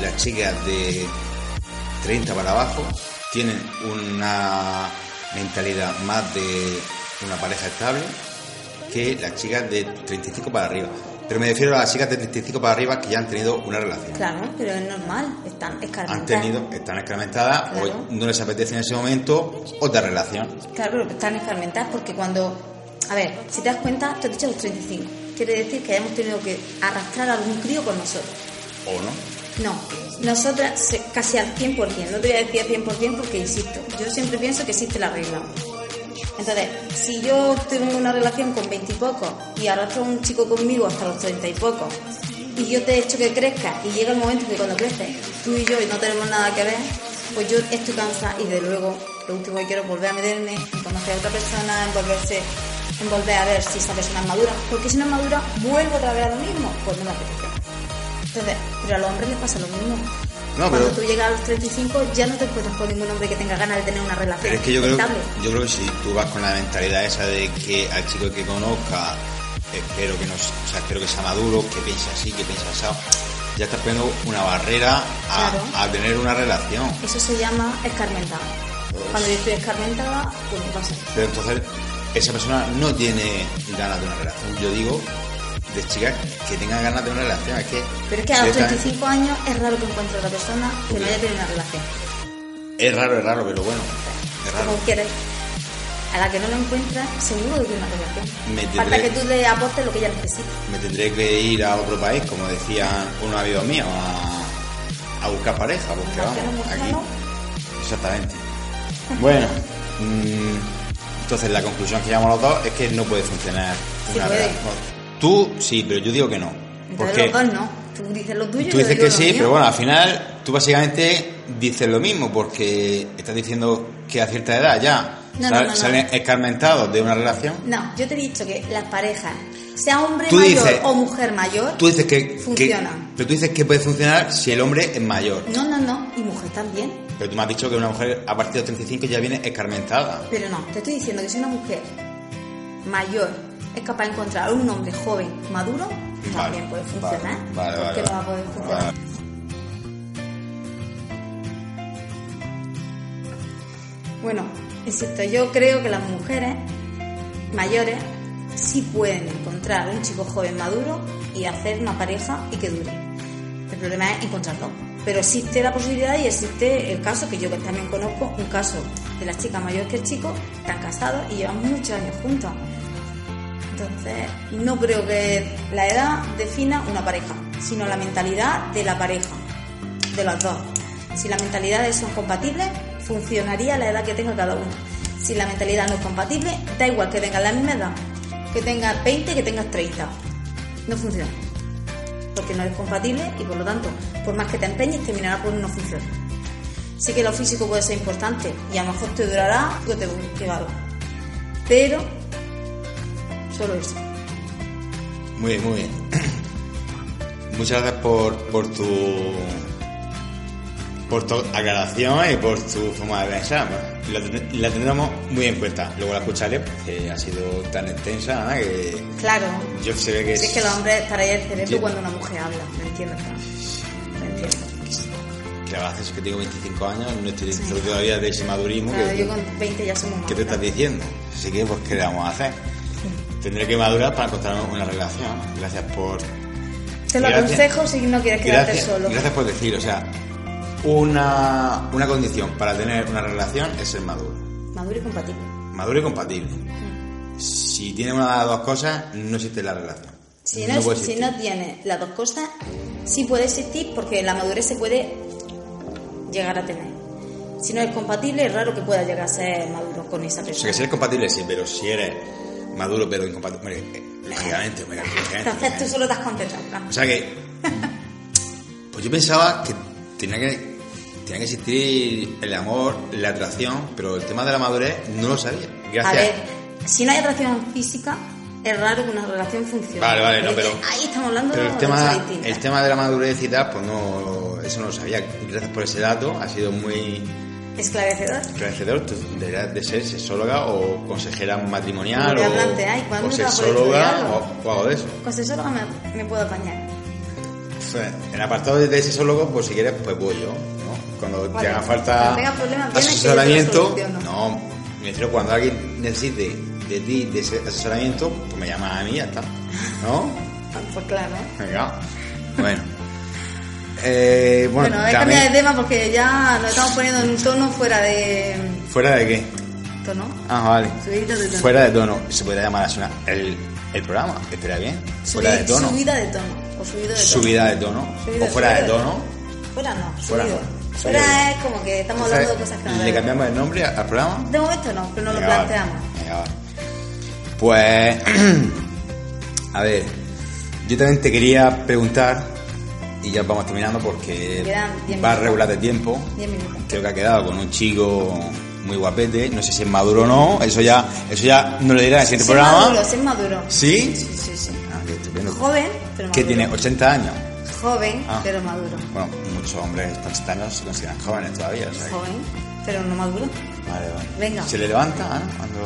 Speaker 1: las chicas de 30 para abajo tienen una mentalidad más de una pareja estable que las chicas de 35 para arriba. Pero me refiero a las chicas de 35 para arriba que ya han tenido una relación.
Speaker 2: Claro, pero es normal, están
Speaker 1: Han
Speaker 2: escarmentadas.
Speaker 1: tenido, están escarmentadas,
Speaker 2: Claro.
Speaker 1: o no les apetece en ese momento otra relación.
Speaker 2: Claro, pero están escarmentadas porque cuando. A ver, si te das cuenta, te he dicho los 35. Quiere decir que hayamos tenido que arrastrar a algún crío con nosotros.
Speaker 1: ¿O no?
Speaker 2: No, nosotras se- casi al 100%, no te voy a decir al 100% porque insisto, yo siempre pienso que existe la regla. Entonces, si yo tengo una relación con 20 y pocos y arrastro a un chico conmigo hasta los 30 y pocos y yo te he hecho que crezca y llega el momento que cuando creces tú y yo no tenemos nada que ver, pues yo estoy cansada y de luego lo último que quiero es volver a meterme, en conocer a otra persona, envolverse, envolver a ver si esa persona es madura, porque si no es madura vuelvo otra vez a lo mismo, pues no me apetece. Entonces, pero a los hombres les pasa lo mismo.
Speaker 1: No,
Speaker 2: Cuando
Speaker 1: pero-
Speaker 2: tú llegas a los 35 ya no te encuentras con ningún hombre que tenga ganas de tener una relación
Speaker 1: Pero es que yo creo,
Speaker 2: estable.
Speaker 1: yo creo que si tú vas con la mentalidad esa de que al chico que conozca, espero que no, s- o sea, espero que sea maduro, que piense así, que piense así, ya estás poniendo una barrera a,
Speaker 2: Claro.
Speaker 1: a tener una relación.
Speaker 2: Eso se llama escarmentada. Cuando yo estoy escarmentada, pues me pasa.
Speaker 1: Pero entonces esa persona no tiene ganas de una relación. Yo digo de chicas que tengan ganas de una relación, es que...
Speaker 2: Pero es que a los
Speaker 1: directamente-
Speaker 2: 35 años es raro que encuentre otra persona que no
Speaker 1: Ok.
Speaker 2: haya tenido una relación.
Speaker 1: Es raro, es raro, pero bueno, es raro.
Speaker 2: Como quieres. A la que no lo encuentras, seguro que tiene una relación.
Speaker 1: Me
Speaker 2: Falta
Speaker 1: tendré-
Speaker 2: que tú le aportes lo que ella necesita.
Speaker 1: me tendré que ir a otro país, como decían unos amigos míos, a, a buscar pareja, porque
Speaker 2: Marciano,
Speaker 1: vamos,
Speaker 2: marciano.
Speaker 1: aquí. Exactamente. Bueno, mm, entonces la conclusión que llegamos los dos es que no puede funcionar
Speaker 2: Sí
Speaker 1: una
Speaker 2: puede.
Speaker 1: relación. Tú sí, pero yo digo que no.
Speaker 2: Entonces
Speaker 1: Porque
Speaker 2: los dos no. Tú dices lo tuyo y
Speaker 1: tú
Speaker 2: yo
Speaker 1: dices
Speaker 2: digo
Speaker 1: que
Speaker 2: lo
Speaker 1: sí,
Speaker 2: mío.
Speaker 1: pero bueno, al final tú básicamente dices lo mismo, porque estás diciendo que a cierta edad ya
Speaker 2: No,
Speaker 1: sal-
Speaker 2: no, no, no.
Speaker 1: salen escarmentados de una relación.
Speaker 2: No, yo te he dicho que las parejas, sea hombre
Speaker 1: Tú
Speaker 2: mayor
Speaker 1: dices-
Speaker 2: o mujer mayor,
Speaker 1: Tú dices que, que-
Speaker 2: Funciona.
Speaker 1: pero tú dices que puede funcionar si el hombre es mayor.
Speaker 2: no, no, no, y mujer también.
Speaker 1: Pero tú me has dicho que una mujer a partir de los 35 ya viene escarmentada.
Speaker 2: Pero no, te estoy diciendo que si una mujer mayor es capaz de encontrar un hombre joven, maduro, también puede funcionar.
Speaker 1: Vale, vale,
Speaker 2: ¿Por
Speaker 1: vale,
Speaker 2: qué no va a poder
Speaker 1: vale.
Speaker 2: funcionar?
Speaker 1: Vale.
Speaker 2: Bueno, insisto, yo creo que las mujeres mayores sí pueden encontrar un chico joven maduro y hacer una pareja y que dure. El problema es encontrarlo. Pero existe la posibilidad y existe el caso que yo también conozco, un caso de la chica mayor que el chico, están casados y llevan muchos años juntos. Entonces, no creo que la edad defina una pareja, sino la mentalidad de la pareja, de los dos. Si las mentalidades son compatibles, funcionaría la edad que tenga cada uno. Si la mentalidad no es compatible, da igual que tengas la misma edad, que tengas 20, que tengas 30. No funciona. Porque no eres compatible y por lo tanto, por más que te empeñes, terminará por no funcionar. Sí que lo físico puede ser importante y a lo mejor te durará o te durará. Pero solo eso.
Speaker 1: Muy bien, muy bien. Muchas gracias por, por tu por tu aclaración y por tu forma de pensar. La, ten- la tendremos muy en cuenta. Luego la escucharé, porque ha sido tan extensa Ana, que
Speaker 2: Claro.
Speaker 1: yo se ve que
Speaker 2: Si es que los hombres para el cerebro
Speaker 1: Yo-
Speaker 2: cuando una mujer habla, me entiendes, Fran? Me entiendo.
Speaker 1: que la verdad es que tengo 25 años, no estoy
Speaker 2: Sí.
Speaker 1: dentro todavía de ese madurismo
Speaker 2: Claro,
Speaker 1: que,
Speaker 2: yo con 20 ya somos
Speaker 1: ¿Qué te estás diciendo? Así que, pues, ¿qué le vamos a hacer? Tendré que madurar para encontrar una relación. Gracias por...
Speaker 2: Te lo
Speaker 1: Gracias.
Speaker 2: aconsejo si no quieres quedarte
Speaker 1: Gracias,
Speaker 2: solo.
Speaker 1: gracias por decir, o sea, una, una condición para tener una relación es ser maduro.
Speaker 2: Maduro y compatible.
Speaker 1: Maduro y compatible. Si tiene una de las dos cosas, no existe la relación.
Speaker 2: Si
Speaker 1: No
Speaker 2: no,
Speaker 1: puede
Speaker 2: si
Speaker 1: existir.
Speaker 2: no tienes las dos cosas, sí puede existir porque la madurez se puede llegar a tener. Si no es compatible, es raro que pueda llegar a ser maduro con esa
Speaker 1: O sea,
Speaker 2: persona.
Speaker 1: que si eres compatible, sí, pero si eres maduro, pero incompatible. hombre, eh, Lógicamente, hombre, lógicamente.
Speaker 2: Entonces
Speaker 1: lógicamente.
Speaker 2: tú solo te has concentrado. Fran.
Speaker 1: O sea que. Pues yo pensaba que tenía que. Tenía que existir el amor, la atracción, pero el tema de la madurez no lo sabía. Gracias.
Speaker 2: A ver, si no hay atracción física, es raro que una relación funcione.
Speaker 1: Vale, vale, no,
Speaker 2: Porque
Speaker 1: pero-
Speaker 2: Ahí estamos hablando
Speaker 1: Pero el
Speaker 2: de
Speaker 1: tema,
Speaker 2: cosas distintas.
Speaker 1: el tema de la madurez y tal, pues no, eso no lo sabía. Gracias por ese dato, ha sido muy
Speaker 2: Esclarecedor.
Speaker 1: esclarecedor. Tú Deberías de ser sexóloga o consejera matrimonial
Speaker 2: Me voy a plantear, ¿y
Speaker 1: o,
Speaker 2: cuándo
Speaker 1: o
Speaker 2: te vas a poder
Speaker 1: sexóloga
Speaker 2: estudiarlo?
Speaker 1: o, o algo de eso.
Speaker 2: Con sexóloga me, me puedo apañar.
Speaker 1: O sea, En el apartado de sexólogo, pues si quieres, pues voy yo. ¿no? Cuando
Speaker 2: Vale,
Speaker 1: te haga
Speaker 2: cuando
Speaker 1: falta
Speaker 2: tengas problemas, vienes que yo te lo
Speaker 1: asesoramiento,
Speaker 2: soluciono.
Speaker 1: no, me refiero cuando alguien necesite de ti de ese asesoramiento, pues me llamas a mí y ya está. ¿No?
Speaker 2: Ah, Pues claro. ¿eh?
Speaker 1: Venga. Bueno. Eh, bueno,
Speaker 2: Bueno, he
Speaker 1: también-
Speaker 2: cambiado de tema porque ya nos estamos poniendo en un tono fuera de.
Speaker 1: ¿Fuera de qué?
Speaker 2: ¿Tono?
Speaker 1: Ah, vale.
Speaker 2: Subida de tono.
Speaker 1: Fuera de tono. Se podría llamar así una- el, el programa. Espera bien. Fuera
Speaker 2: Subi-
Speaker 1: de tono.
Speaker 2: Subida de tono. O subido de tono.
Speaker 1: Subida de tono.
Speaker 2: Subida-
Speaker 1: o fuera
Speaker 2: subida
Speaker 1: de tono.
Speaker 2: Fuera no,
Speaker 1: Fuera
Speaker 2: subido.
Speaker 1: no,
Speaker 2: Fuera
Speaker 1: subido.
Speaker 2: es como que estamos hablando de
Speaker 1: Entonces,
Speaker 2: cosas que no
Speaker 1: ¿Le
Speaker 2: debemos.
Speaker 1: cambiamos el nombre al programa?
Speaker 2: De momento no, pero no lo
Speaker 1: Venga, vale.
Speaker 2: planteamos.
Speaker 1: Venga, vale. Pues. a ver. Yo también te quería preguntar. Y ya vamos terminando porque
Speaker 2: Quedan diez
Speaker 1: va a
Speaker 2: minutos.
Speaker 1: regular de tiempo.
Speaker 2: 10 minutos.
Speaker 1: creo que ha quedado con un chico muy guapete, no sé si es maduro o no, eso ya, eso ya no lo dirá en el siguiente
Speaker 2: Ser
Speaker 1: programa.
Speaker 2: maduro, ser maduro.
Speaker 1: ¿Sí?
Speaker 2: Sí, sí, sí.
Speaker 1: Ah, qué estupendo.
Speaker 2: Joven, pero maduro.
Speaker 1: Que tiene 80 años.
Speaker 2: Joven,
Speaker 1: Ah.
Speaker 2: pero maduro.
Speaker 1: Bueno, muchos hombres con 80 años se consideran jóvenes todavía. o sea que-
Speaker 2: Joven, pero no maduro.
Speaker 1: Vale, vale.
Speaker 2: Venga.
Speaker 1: ¿Se le levanta, Ana? Cuando...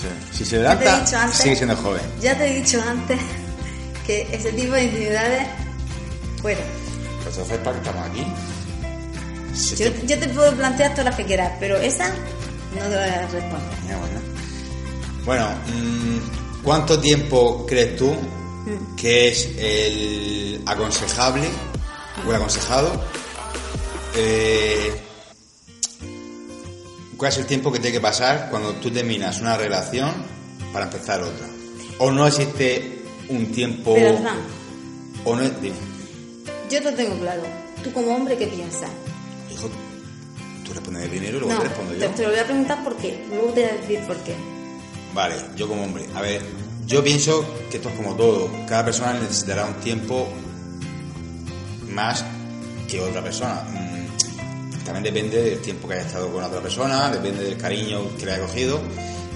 Speaker 1: Sí. Si se
Speaker 2: Ya te he
Speaker 1: levanta,
Speaker 2: dicho antes.
Speaker 1: sigue siendo joven.
Speaker 2: Ya te he dicho antes que ese tipo de intimidades, fuera.
Speaker 1: Pues entonces, ¿para qué estamos aquí? Si
Speaker 2: Yo,
Speaker 1: te-
Speaker 2: yo te puedo plantear todas las que quieras, pero esa no te voy a responder.
Speaker 1: Ya, bueno. Bueno, mm, ¿cuánto tiempo crees tú
Speaker 2: Mm.
Speaker 1: que es el aconsejable o el aconsejado? Eh, ¿Cuál es el tiempo que tiene que pasar cuando tú terminas una relación para empezar otra? ¿O no existe un tiempo...
Speaker 2: Pero Fran,
Speaker 1: o no, dime,
Speaker 2: yo lo tengo claro. Tú como hombre, ¿qué piensas?
Speaker 1: hijo, tú respóndeme primero y luego
Speaker 2: No,
Speaker 1: te respondo yo.
Speaker 2: te, te lo voy a preguntar por qué. Luego te voy a decir por qué.
Speaker 1: Vale, yo como hombre. A ver, yo pienso que esto es como todo. Cada persona necesitará un tiempo más que otra persona. Mm, También depende del tiempo que haya estado con otra persona, depende del cariño que le haya cogido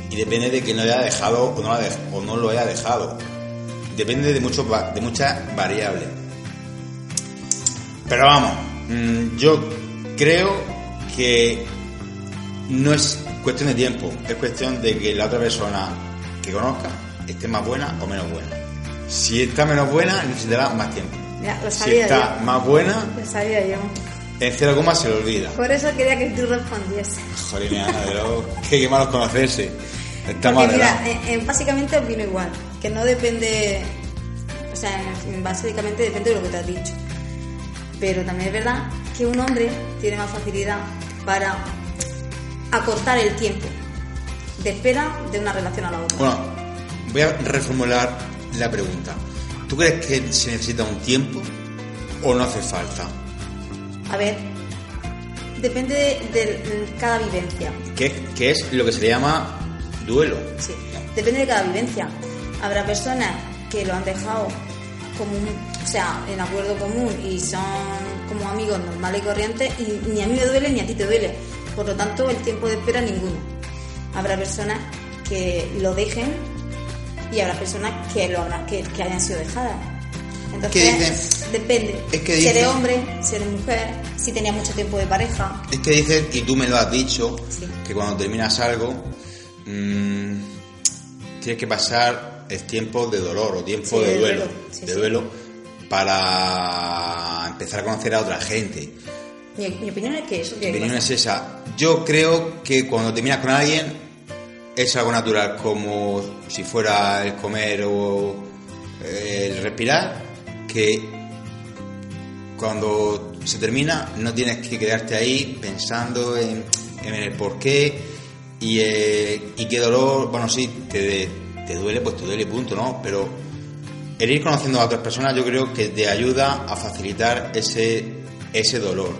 Speaker 1: y depende de que no le haya dejado o no, la dej- o no lo haya dejado. Depende de, muchos va- de muchas variables. Pero vamos, mm, yo creo que no es cuestión de tiempo, es cuestión de que la otra persona que conozca esté más buena o menos buena. Si está menos buena, necesitará más tiempo.
Speaker 2: Ya, lo
Speaker 1: Si
Speaker 2: sabía
Speaker 1: está más buena,
Speaker 2: yo. Lo sabía yo.
Speaker 1: en cero coma se le olvida.
Speaker 2: Por eso quería que tú respondiese.
Speaker 1: Jolín, Ana, de luego, qué, qué malos conocerse. Estamos
Speaker 2: Porque mira,
Speaker 1: arreglados.
Speaker 2: eh, eh, básicamente opino igual, que no depende, o sea, en- básicamente depende de lo que te has dicho. Pero también es verdad que un hombre tiene más facilidad para acortar el tiempo de espera de una relación a la otra.
Speaker 1: Bueno, voy a reformular la pregunta. ¿Tú crees que se necesita un tiempo o no hace falta?
Speaker 2: A ver, depende de, de cada vivencia.
Speaker 1: Que, que es lo que se le llama duelo.
Speaker 2: Sí, depende de cada vivencia. Habrá personas que lo han dejado común, o sea, en acuerdo común y son como amigos normales y corrientes y ni a mí me duele ni a ti te duele. Por lo tanto, el tiempo de espera ninguno. Habrá personas que lo dejen y habrá personas que lo habrá- que, que hayan sido dejadas. Entonces,
Speaker 1: ¿Qué dicen?
Speaker 2: depende.
Speaker 1: Es que
Speaker 2: si eres
Speaker 1: dicen-
Speaker 2: hombre, si eres mujer, si tenías mucho tiempo de pareja.
Speaker 1: Es que dices, y tú me lo has dicho,
Speaker 2: Sí.
Speaker 1: que cuando terminas algo, mm, tienes que pasar el tiempo de dolor o tiempo
Speaker 2: Sí,
Speaker 1: de
Speaker 2: de
Speaker 1: duelo,
Speaker 2: duelo, sí,
Speaker 1: de
Speaker 2: sí.
Speaker 1: duelo para empezar a conocer a otra gente.
Speaker 2: Mi, mi opinión es que eso
Speaker 1: Mi
Speaker 2: tiene que
Speaker 1: opinión
Speaker 2: pasar.
Speaker 1: es esa. Yo creo que cuando terminas con alguien es algo natural, como si fuera el comer o eh, el respirar, que cuando se termina no tienes que quedarte ahí pensando en, en el por qué y, eh, y qué dolor, bueno, sí, te, te duele, pues te duele, punto, ¿no? Pero el ir conociendo a otras personas yo creo que te ayuda a facilitar ese, ese dolor.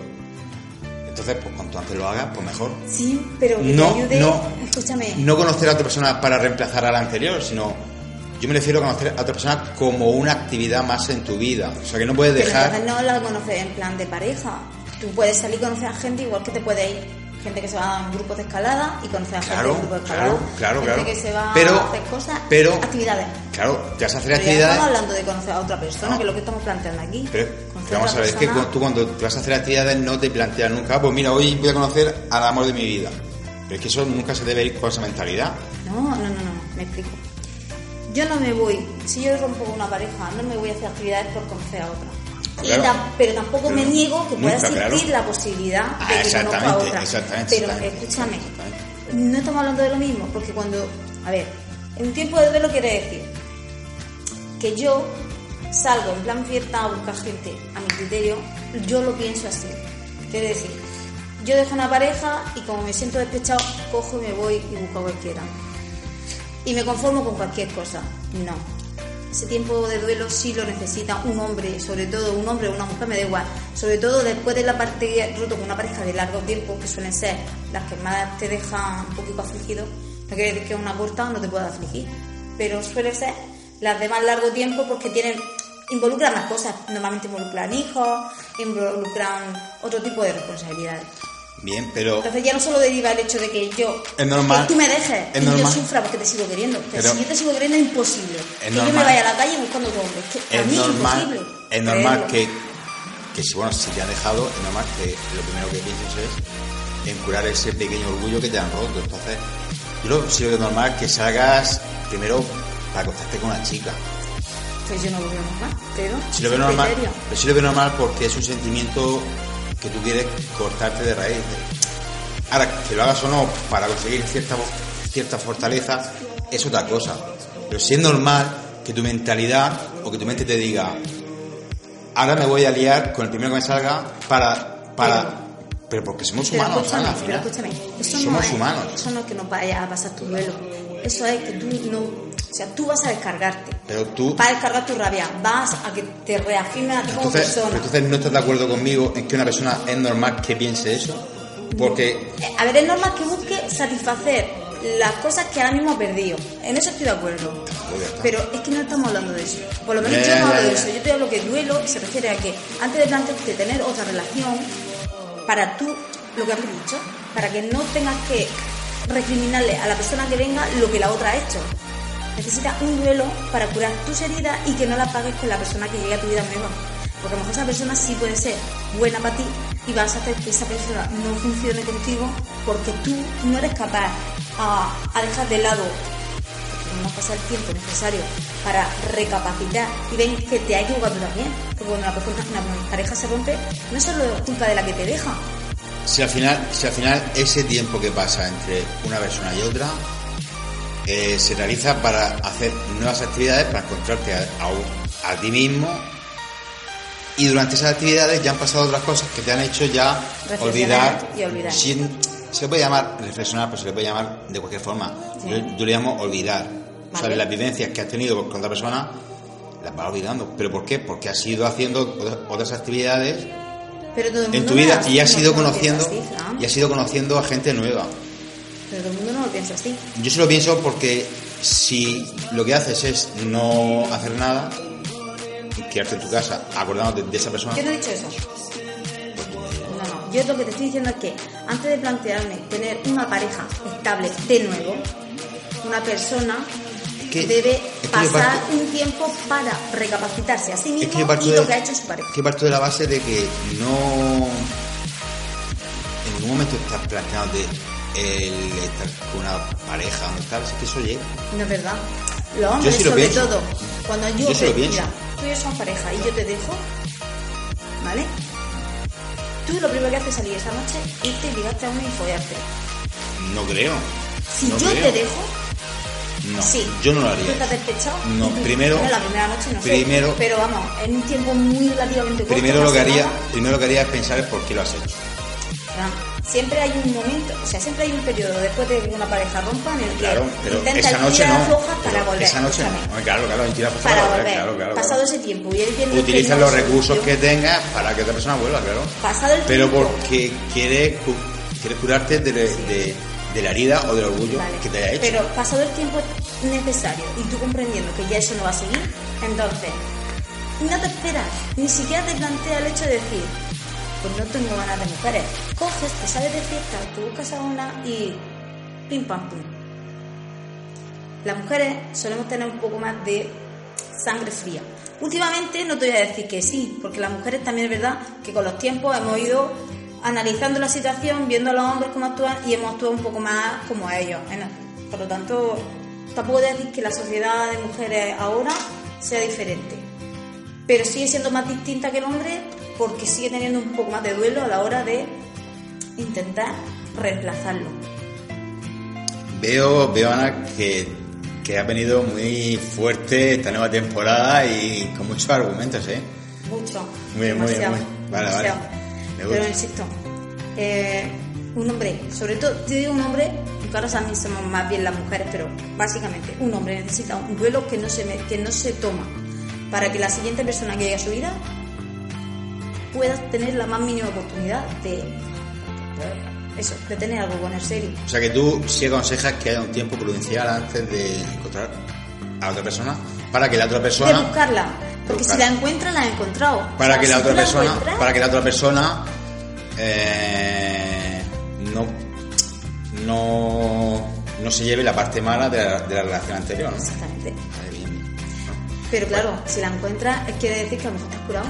Speaker 1: Entonces, pues cuanto antes lo hagas, pues mejor.
Speaker 2: Sí, pero que
Speaker 1: No,
Speaker 2: te ayude.
Speaker 1: no.
Speaker 2: Escúchame.
Speaker 1: No conocer a otra persona para reemplazar a la anterior, sino yo me refiero a conocer a otra persona como una actividad más en tu vida. O sea, que no puedes
Speaker 2: Pero
Speaker 1: dejar...
Speaker 2: entonces no la conoces en plan de pareja. Tú puedes salir y conocer a gente igual que te puede ir. Gente que se va a grupos de escalada y conocer a gente
Speaker 1: Claro,
Speaker 2: en grupos de escalada.
Speaker 1: claro, claro,
Speaker 2: gente
Speaker 1: claro.
Speaker 2: que se va
Speaker 1: Pero-
Speaker 2: a hacer cosas.
Speaker 1: pero-
Speaker 2: actividades.
Speaker 1: Claro, te vas a hacer
Speaker 2: Pero ya no
Speaker 1: actividades...
Speaker 2: estamos hablando de conocer a otra persona,
Speaker 1: No.
Speaker 2: que es lo que estamos planteando aquí.
Speaker 1: Pero,
Speaker 2: Conocer
Speaker 1: pero vamos a
Speaker 2: otra
Speaker 1: ver, es que
Speaker 2: persona.
Speaker 1: cu- tú cuando te vas a hacer actividades no te planteas nunca, pues mira, hoy voy a conocer al amor de mi vida. Pero es que eso nunca se debe ir con esa mentalidad.
Speaker 2: No, no, no, no, me explico. Yo no me voy, si yo rompo con una pareja, no me voy a hacer actividades por conocer a otra. Y
Speaker 1: Ah, Claro.
Speaker 2: tam- pero tampoco me
Speaker 1: Pero
Speaker 2: niego que pueda
Speaker 1: nunca,
Speaker 2: existir
Speaker 1: claro.
Speaker 2: la posibilidad
Speaker 1: Ah,
Speaker 2: de que conozca a
Speaker 1: exactamente,
Speaker 2: otra.
Speaker 1: exactamente,
Speaker 2: pero
Speaker 1: exactamente,
Speaker 2: escúchame,
Speaker 1: exactamente.
Speaker 2: no estamos hablando de lo mismo, porque cuando, a ver, en un tiempo de velo quiere decir que yo salgo en plan fiesta a buscar gente a mi criterio, yo lo pienso así. Quiere decir, yo dejo una pareja y como me siento despechado, cojo y me voy y busco a cualquiera. Y me conformo con cualquier cosa. No. Ese tiempo de duelo sí lo necesita un hombre, sobre todo un hombre o una mujer, me da igual. Sobre todo después de la parte que he roto con una pareja de largo tiempo, que suelen ser las que más te dejan un poquito afligido. No quiere decir que una corta no te pueda afligir, pero suele ser las de más largo tiempo porque tienen involucran las cosas. Normalmente involucran hijos, involucran otro tipo de responsabilidades.
Speaker 1: Bien, pero...
Speaker 2: Entonces ya no solo deriva el hecho de que yo,
Speaker 1: Es normal.
Speaker 2: que tú me dejes
Speaker 1: Es
Speaker 2: y yo
Speaker 1: normal.
Speaker 2: sufra porque te sigo queriendo. Pero,
Speaker 1: Pero-
Speaker 2: si yo te sigo queriendo es imposible. que yo me
Speaker 1: normal.
Speaker 2: vaya a la calle buscando otro hombre. Es, que a
Speaker 1: es
Speaker 2: mí
Speaker 1: normal,
Speaker 2: imposible.
Speaker 1: es normal
Speaker 2: Creerlo.
Speaker 1: que, que si bueno, si te han dejado, es normal que lo primero que pienses es en curar ese pequeño orgullo que te han roto. Entonces, yo lo sí lo veo normal que salgas primero para acostarte con una chica.
Speaker 2: Pues yo no lo veo normal, pero...
Speaker 1: Si lo veo
Speaker 2: es un
Speaker 1: normal,
Speaker 2: criterio.
Speaker 1: pero sí lo veo normal porque es un sentimiento que tú quieres cortarte de raíz. Ahora, que lo hagas o no para conseguir cierta, cierta fortaleza es otra cosa. Pero sí es normal que tu mentalidad o que tu mente te diga, ahora me voy a liar con el primero que me salga para... para pero porque somos
Speaker 2: Pero
Speaker 1: humanos,
Speaker 2: escúchame,
Speaker 1: Ana, al
Speaker 2: pero
Speaker 1: final.
Speaker 2: escúchame, eso
Speaker 1: somos
Speaker 2: no es,
Speaker 1: humanos.
Speaker 2: Eso no es que no vaya a pasar tu duelo. Eso es que tú no... O sea, tú vas a descargarte.
Speaker 1: Pero tú...
Speaker 2: Vas a descargar tu rabia. Vas a que te reafirmes a ti como
Speaker 1: Entonces,
Speaker 2: persona.
Speaker 1: entonces no estás de acuerdo conmigo en que una persona es normal que piense eso. Porque
Speaker 2: Eh, A ver, es normal que busque satisfacer las cosas que ahora mismo ha perdido. En eso estoy de acuerdo.
Speaker 1: Pues ya está.
Speaker 2: Pero es que no estamos hablando de eso. Por lo menos
Speaker 1: Ya,
Speaker 2: yo no
Speaker 1: ya,
Speaker 2: hablo de
Speaker 1: ya.
Speaker 2: eso. Yo te hablo que duelo se refiere a que antes de plantearte tener otra relación, para tú, lo que has dicho, para que no tengas que recriminarle a la persona que venga lo que la otra ha hecho. Necesitas un duelo para curar tus heridas y que no la pagues con la persona que llegue a tu vida nueva. Porque a lo mejor esa persona sí puede ser buena para ti y vas a hacer que esa persona no funcione contigo porque tú no eres capaz a, a dejar de lado porque no pasa el tiempo necesario para recapacitar y ven que te ha equivocado tú también. Porque cuando una, persona, una pareja se rompe, no es solo culpa de la que te deja.
Speaker 1: Si al final, si al final ese tiempo que pasa entre una persona y otra eh, se realiza para hacer nuevas actividades, para encontrarte a, a un- a ti mismo. Y durante esas actividades ya han pasado otras cosas que te han hecho ya
Speaker 2: Reflexionar
Speaker 1: olvidar.
Speaker 2: y olvidar.
Speaker 1: sin- se le puede llamar reflexionar, pero se le puede llamar de cualquier forma.
Speaker 2: Sí.
Speaker 1: Yo, yo le llamo olvidar. O sea,
Speaker 2: Vale.
Speaker 1: las vivencias que has tenido con otra persona las vas olvidando. ¿Pero por qué? Porque has ido haciendo otras- otras actividades
Speaker 2: Pero todo el mundo
Speaker 1: en tu
Speaker 2: no
Speaker 1: vida
Speaker 2: las-
Speaker 1: y has
Speaker 2: no
Speaker 1: ido
Speaker 2: lo piensa
Speaker 1: conociendo
Speaker 2: así, Fran.
Speaker 1: y has ido conociendo a gente nueva.
Speaker 2: Pero todo el mundo no lo piensa así.
Speaker 1: Yo se lo pienso porque si lo que haces es no hacer nada y quedarte en tu casa acordándote de esa persona,
Speaker 2: Yo no he dicho eso. No, no. Yo lo que te estoy diciendo es que antes de plantearme tener una pareja estable de nuevo, una persona
Speaker 1: Es que-
Speaker 2: debe
Speaker 1: es que yo
Speaker 2: pasar
Speaker 1: parto-
Speaker 2: un tiempo para recapacitarse a sí
Speaker 1: es que yo
Speaker 2: mismo
Speaker 1: parto
Speaker 2: y
Speaker 1: de,
Speaker 2: lo que ha hecho su pareja.
Speaker 1: que parto de la base de que no en ningún momento estás planteándote el estar con una pareja o tal, es que eso llega.
Speaker 2: No es verdad. Los hombres,
Speaker 1: sí lo
Speaker 2: sobre
Speaker 1: pienso.
Speaker 2: todo, cuando yo,
Speaker 1: Yo sí lo
Speaker 2: te-
Speaker 1: pienso.
Speaker 2: mira, tú y yo somos pareja y yo te dejo, ¿vale? Tú lo primero que haces es salir esa noche, irte y ligarte a uno y follarte.
Speaker 1: No creo.
Speaker 2: Si
Speaker 1: No
Speaker 2: yo
Speaker 1: creo.
Speaker 2: te dejo,
Speaker 1: No,
Speaker 2: sí.
Speaker 1: yo no lo
Speaker 2: ¿Tú
Speaker 1: haría.
Speaker 2: estás despechado?
Speaker 1: No, primero-
Speaker 2: Bueno, la primera noche no sé,
Speaker 1: primero-
Speaker 2: pero vamos, en un tiempo muy relativamente corto.
Speaker 1: Primero
Speaker 2: no
Speaker 1: lo que
Speaker 2: hace
Speaker 1: haría,
Speaker 2: nada.
Speaker 1: primero lo que haría es pensar es por qué lo has hecho.
Speaker 2: Fran, siempre hay un momento, o sea, siempre hay un periodo después de que una pareja rompa en el que
Speaker 1: Claro, pero
Speaker 2: intenta
Speaker 1: esa
Speaker 2: el
Speaker 1: noche
Speaker 2: tira
Speaker 1: no.
Speaker 2: floja para
Speaker 1: Pero
Speaker 2: volver.
Speaker 1: esa noche no.
Speaker 2: escúchame,
Speaker 1: Hombre, Claro, claro, en tira floja
Speaker 2: Para
Speaker 1: para
Speaker 2: volver.
Speaker 1: claro, claro,
Speaker 2: Pasado
Speaker 1: claro.
Speaker 2: ese tiempo y él viene
Speaker 1: Utilizas los recursos que tengas para que otra persona vuelva, claro.
Speaker 2: Pasado el
Speaker 1: Pero
Speaker 2: tiempo.
Speaker 1: porque quieres, cu- quieres curarte de, de- de la herida o del orgullo
Speaker 2: Vale.
Speaker 1: que te haya hecho.
Speaker 2: Pero pasado el tiempo necesario y tú comprendiendo que ya eso no va a seguir, entonces no te esperas, ni siquiera te plantea el hecho de decir, pues no tengo ganas de mujeres. Coges, te sales de fiesta, te buscas a una y pim pam pum. Las mujeres solemos tener un poco más de sangre fría. Últimamente no te voy a decir que sí, porque las mujeres también es verdad que con los tiempos hemos ido analizando la situación, viendo a los hombres cómo actúan y hemos actuado un poco más como a ellos. En- Por lo tanto, tampoco te voy a decir que la sociedad de mujeres ahora sea diferente, pero sigue siendo más distinta que el hombre porque sigue teniendo un poco más de duelo a la hora de intentar reemplazarlo.
Speaker 1: Veo, veo Ana, que, que ha venido muy fuerte esta nueva temporada y con muchos argumentos, ¿eh?
Speaker 2: Mucho.
Speaker 1: Muy bien, muy bien,
Speaker 2: demasiado,
Speaker 1: muy bien. Vale, vale.
Speaker 2: demasiado.
Speaker 1: Me gusta.
Speaker 2: Pero insisto, eh, un hombre, sobre todo, te digo un hombre, porque ahora también somos más bien las mujeres, pero básicamente un hombre necesita un duelo que no se, me- que no se toma para que la siguiente persona que llegue a su vida pueda tener la más mínima oportunidad de eso, de tener algo con el serio.
Speaker 1: O sea que tú sí aconsejas que haya un tiempo prudencial antes de encontrar a otra persona para que la otra
Speaker 2: De
Speaker 1: persona
Speaker 2: buscarla, porque si
Speaker 1: Buscarla.
Speaker 2: la encuentra, la ha encontrado. O
Speaker 1: para
Speaker 2: sea,
Speaker 1: que la
Speaker 2: si
Speaker 1: otra
Speaker 2: tú la
Speaker 1: persona
Speaker 2: encuentras,
Speaker 1: para que la otra persona eh, no no no se lleve la parte mala de la, de la relación anterior ¿no?
Speaker 2: Exactamente.
Speaker 1: Vale, bien.
Speaker 2: Pero claro, si la encuentras, eh, quiere decir que a lo mejor te has curado.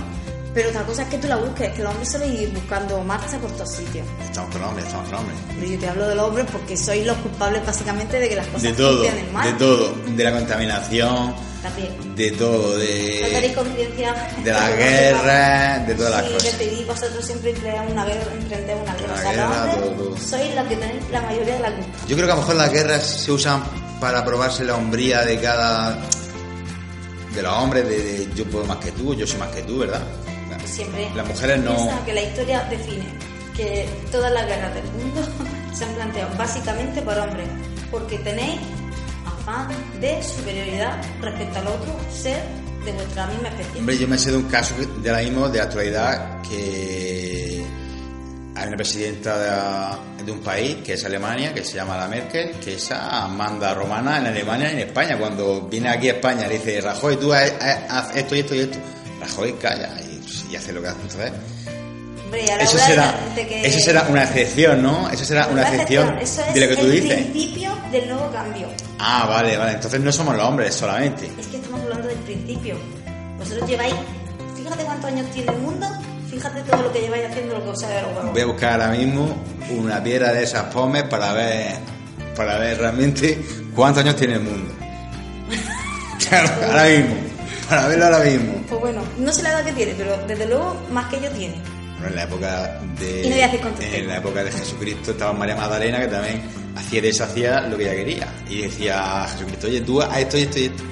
Speaker 2: Pero otra cosa es que tú la busques, que los hombres suelen ir buscando marcha por todos sitios.
Speaker 1: estamos con hombres estamos con hombres
Speaker 2: Pero yo te hablo de los hombres porque sois los culpables básicamente de que las cosas
Speaker 1: de todo
Speaker 2: funcionen mal.
Speaker 1: de todo de la contaminación
Speaker 2: También.
Speaker 1: de todo
Speaker 2: No tenéis
Speaker 1: de
Speaker 2: conciencia
Speaker 1: Eh, de la guerra, de todas las
Speaker 2: Sí,
Speaker 1: cosas.
Speaker 2: decidís vosotros siempre emprender una guerra, emprender una guerra. O sea, los
Speaker 1: guerra,
Speaker 2: hombres
Speaker 1: todo, todo.
Speaker 2: sois los que tenéis la mayoría de la culpa.
Speaker 1: yo creo que a lo mejor las guerras se usan para probarse la hombría de cada de los hombres de, de yo puedo más que tú yo soy más que tú verdad
Speaker 2: Pues Siempre.
Speaker 1: las mujeres no
Speaker 2: Piensa que la historia define que todas las guerras del mundo se han planteado básicamente por hombres, porque tenéis afán de superioridad respecto al otro ser de vuestra misma especie.
Speaker 1: Hombre, yo me sé de un caso que- de ahora mismo, de la actualidad, que hay una presidenta de, la- de un país, que es Alemania, que se llama la Merkel, que esa manda romana en Alemania y en España. Cuando viene aquí a España le dice, Rajoy, tú haz, haz esto y esto y esto. Rajoy calla y, y hace lo que hace. Entonces,
Speaker 2: Hombre, a la
Speaker 1: eso
Speaker 2: hora de
Speaker 1: será,
Speaker 2: la- de que-
Speaker 1: eso será una excepción, ¿no? Eso será una
Speaker 2: Pero
Speaker 1: excepción
Speaker 2: eso es
Speaker 1: de lo que tú
Speaker 2: el
Speaker 1: dices.
Speaker 2: principio del nuevo cambio.
Speaker 1: Ah, vale, vale. Entonces no somos los hombres solamente.
Speaker 2: Es que estamos hablando del principio. Vosotros lleváis, fíjate cuántos años tiene el mundo, fíjate todo lo que lleváis haciendo, lo que os ha dado
Speaker 1: Voy a buscar ahora mismo una piedra de esas pomes para ver para ver realmente cuántos años tiene el mundo. Claro, ahora mismo. Para verlo ahora mismo.
Speaker 2: Pues bueno, no sé la edad que tiene, pero desde luego más que yo tiene.
Speaker 1: Bueno, en la época de.
Speaker 2: Y no voy a decir cuántos
Speaker 1: En
Speaker 2: tengo.
Speaker 1: la época de Jesucristo estaba María Magdalena que también hacía y deshacía lo que ella quería. Y decía a Jesucristo, oye, tú haz esto y esto y esto.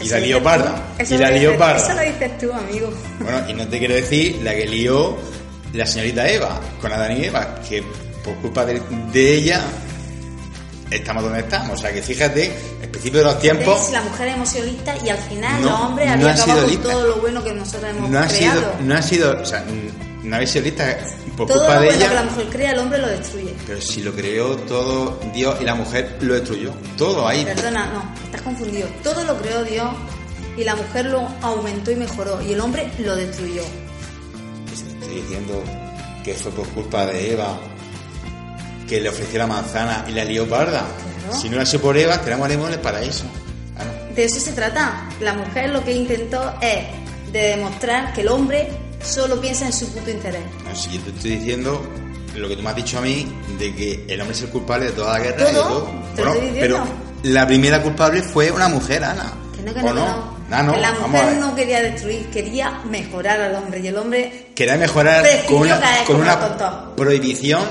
Speaker 1: Y
Speaker 2: Eso
Speaker 1: la
Speaker 2: lo
Speaker 1: lió
Speaker 2: dices
Speaker 1: parda.
Speaker 2: tú. Eso
Speaker 1: Y
Speaker 2: lo
Speaker 1: la lió
Speaker 2: dices- Eso lo
Speaker 1: parda.
Speaker 2: dices tú, amigo.
Speaker 1: Bueno, y no te quiero decir la que lió la señorita Eva con Adán y Eva, que por culpa de, de ella estamos donde estamos. O sea que fíjate, el principio de los
Speaker 2: ¿Ves?
Speaker 1: tiempos
Speaker 2: Las mujeres hemos sido listas y al final
Speaker 1: No,
Speaker 2: los hombres
Speaker 1: no
Speaker 2: habían
Speaker 1: han sido
Speaker 2: acabado con
Speaker 1: listas.
Speaker 2: todo lo bueno que nosotros hemos
Speaker 1: no ha
Speaker 2: creado.
Speaker 1: sido, no ha sido, o sea, n- no habéis sido listas por
Speaker 2: todo
Speaker 1: culpa
Speaker 2: lo
Speaker 1: de
Speaker 2: bueno que la
Speaker 1: ella.
Speaker 2: mujer crea, el hombre lo destruye.
Speaker 1: Pero si lo creó todo Dios y la mujer lo destruyó. Todo ahí.
Speaker 2: Perdona, no, estás confundido. Todo lo creó Dios y la mujer lo aumentó y mejoró y el hombre lo destruyó.
Speaker 1: Estoy diciendo que fue por culpa de Eva que le ofreció la manzana y la lió parda.
Speaker 2: Claro.
Speaker 1: Si no hubiera sido por Eva, tenemos limones para eso. Ah, no.
Speaker 2: De eso se trata. La mujer lo que intentó es de demostrar que el hombre solo piensa en su puto interés.
Speaker 1: No, si yo te estoy diciendo lo que tú me has dicho a mí de que el hombre es el culpable de toda la guerra y de
Speaker 2: ¿Todo?
Speaker 1: todo.
Speaker 2: Te lo estoy
Speaker 1: pero
Speaker 2: diciendo.
Speaker 1: la primera culpable fue una mujer, Ana.
Speaker 2: Que no, que
Speaker 1: ¿O no?
Speaker 2: no, que no.
Speaker 1: Ah, no,
Speaker 2: Que la
Speaker 1: vamos a
Speaker 2: mujer
Speaker 1: ver.
Speaker 2: no quería destruir, quería mejorar al hombre. Y el hombre,
Speaker 1: Quería mejorar
Speaker 2: Prefirió
Speaker 1: con una,
Speaker 2: caer
Speaker 1: con
Speaker 2: como
Speaker 1: una
Speaker 2: tonto.
Speaker 1: prohibición.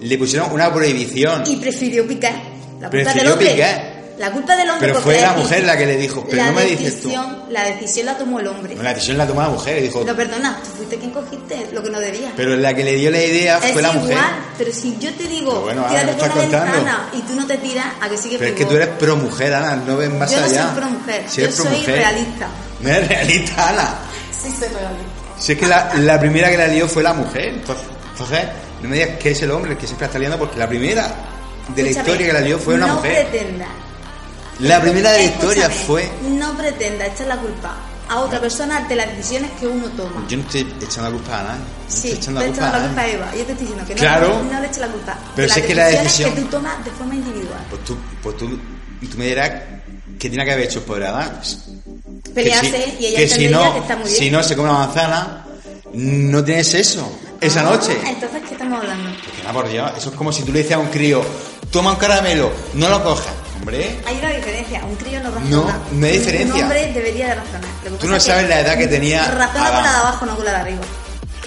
Speaker 1: Le pusieron una prohibición.
Speaker 2: y prefirió picar. La puta del
Speaker 1: Prefirió
Speaker 2: hombre.
Speaker 1: picar.
Speaker 2: La culpa del hombre.
Speaker 1: Pero
Speaker 2: porque
Speaker 1: fue la mujer la que le dijo, pero
Speaker 2: la
Speaker 1: no me dices tú.
Speaker 2: decisión, La decisión la tomó el hombre.
Speaker 1: No, la decisión la tomó la mujer y dijo,
Speaker 2: No, perdona, tú fuiste quien cogiste lo que no debías.
Speaker 1: pero la que le dio la idea
Speaker 2: es
Speaker 1: fue la mujer.
Speaker 2: igual, pero si yo te digo,
Speaker 1: Pero bueno, ahora
Speaker 2: tírate
Speaker 1: me
Speaker 2: por la
Speaker 1: estás contando.
Speaker 2: ventana y tú no te tiras, a que sí que
Speaker 1: Pero es
Speaker 2: fui
Speaker 1: que
Speaker 2: vos?
Speaker 1: tú eres pro mujer, Ana, no ves más
Speaker 2: Yo no
Speaker 1: allá.
Speaker 2: soy promujer,
Speaker 1: Si
Speaker 2: yo
Speaker 1: eres
Speaker 2: soy
Speaker 1: promujer.
Speaker 2: realista.
Speaker 1: No eres realista, Ana.
Speaker 3: Sí, se realista.
Speaker 1: Si es que la, la primera que la lió fue la mujer. Entonces, entonces, no me digas que es el hombre el que siempre la está liando, porque la primera de la
Speaker 2: Escúchame,
Speaker 1: historia que la lió fue una
Speaker 2: no
Speaker 1: mujer.
Speaker 2: Pretenda,
Speaker 1: La primera de la
Speaker 2: Escúchame,
Speaker 1: historia fue.
Speaker 2: No pretenda echar la culpa a otra persona de las decisiones que uno toma.
Speaker 1: Yo no estoy echando la culpa a nadie. no
Speaker 2: Sí,
Speaker 1: estoy echando la
Speaker 2: tú
Speaker 1: culpa a
Speaker 2: echas la
Speaker 1: nadie.
Speaker 2: culpa a Eva. Yo te estoy diciendo que no,
Speaker 1: Claro.
Speaker 2: no le eches la culpa.
Speaker 1: Pero si
Speaker 2: de las
Speaker 1: es que la
Speaker 2: decisiones
Speaker 1: decisión-
Speaker 2: que tú tomas de forma individual.
Speaker 1: Pues tú, pues tú, tú me dirás que tiene que haber hecho por Adán.
Speaker 2: Pelearse
Speaker 1: Que si-
Speaker 2: y ella
Speaker 1: que si
Speaker 2: entendería
Speaker 1: no,
Speaker 2: que está muy bien.
Speaker 1: si no se come una manzana, no tienes eso esa
Speaker 2: Ah,
Speaker 1: noche.
Speaker 2: Entonces, ¿qué estamos hablando?
Speaker 1: Ah, por Dios, eso es como si tú le dices a un crío, toma un caramelo, no lo cojas. Hombre,
Speaker 2: Hay una diferencia, un crío no razona.
Speaker 1: No, no hay diferencia.
Speaker 2: Un hombre debería de razonar. Lo que
Speaker 1: Tú
Speaker 2: pasa
Speaker 1: no
Speaker 2: es
Speaker 1: sabes la edad que tenía
Speaker 2: Razona
Speaker 1: Adán.
Speaker 2: con la de abajo, no con la de arriba.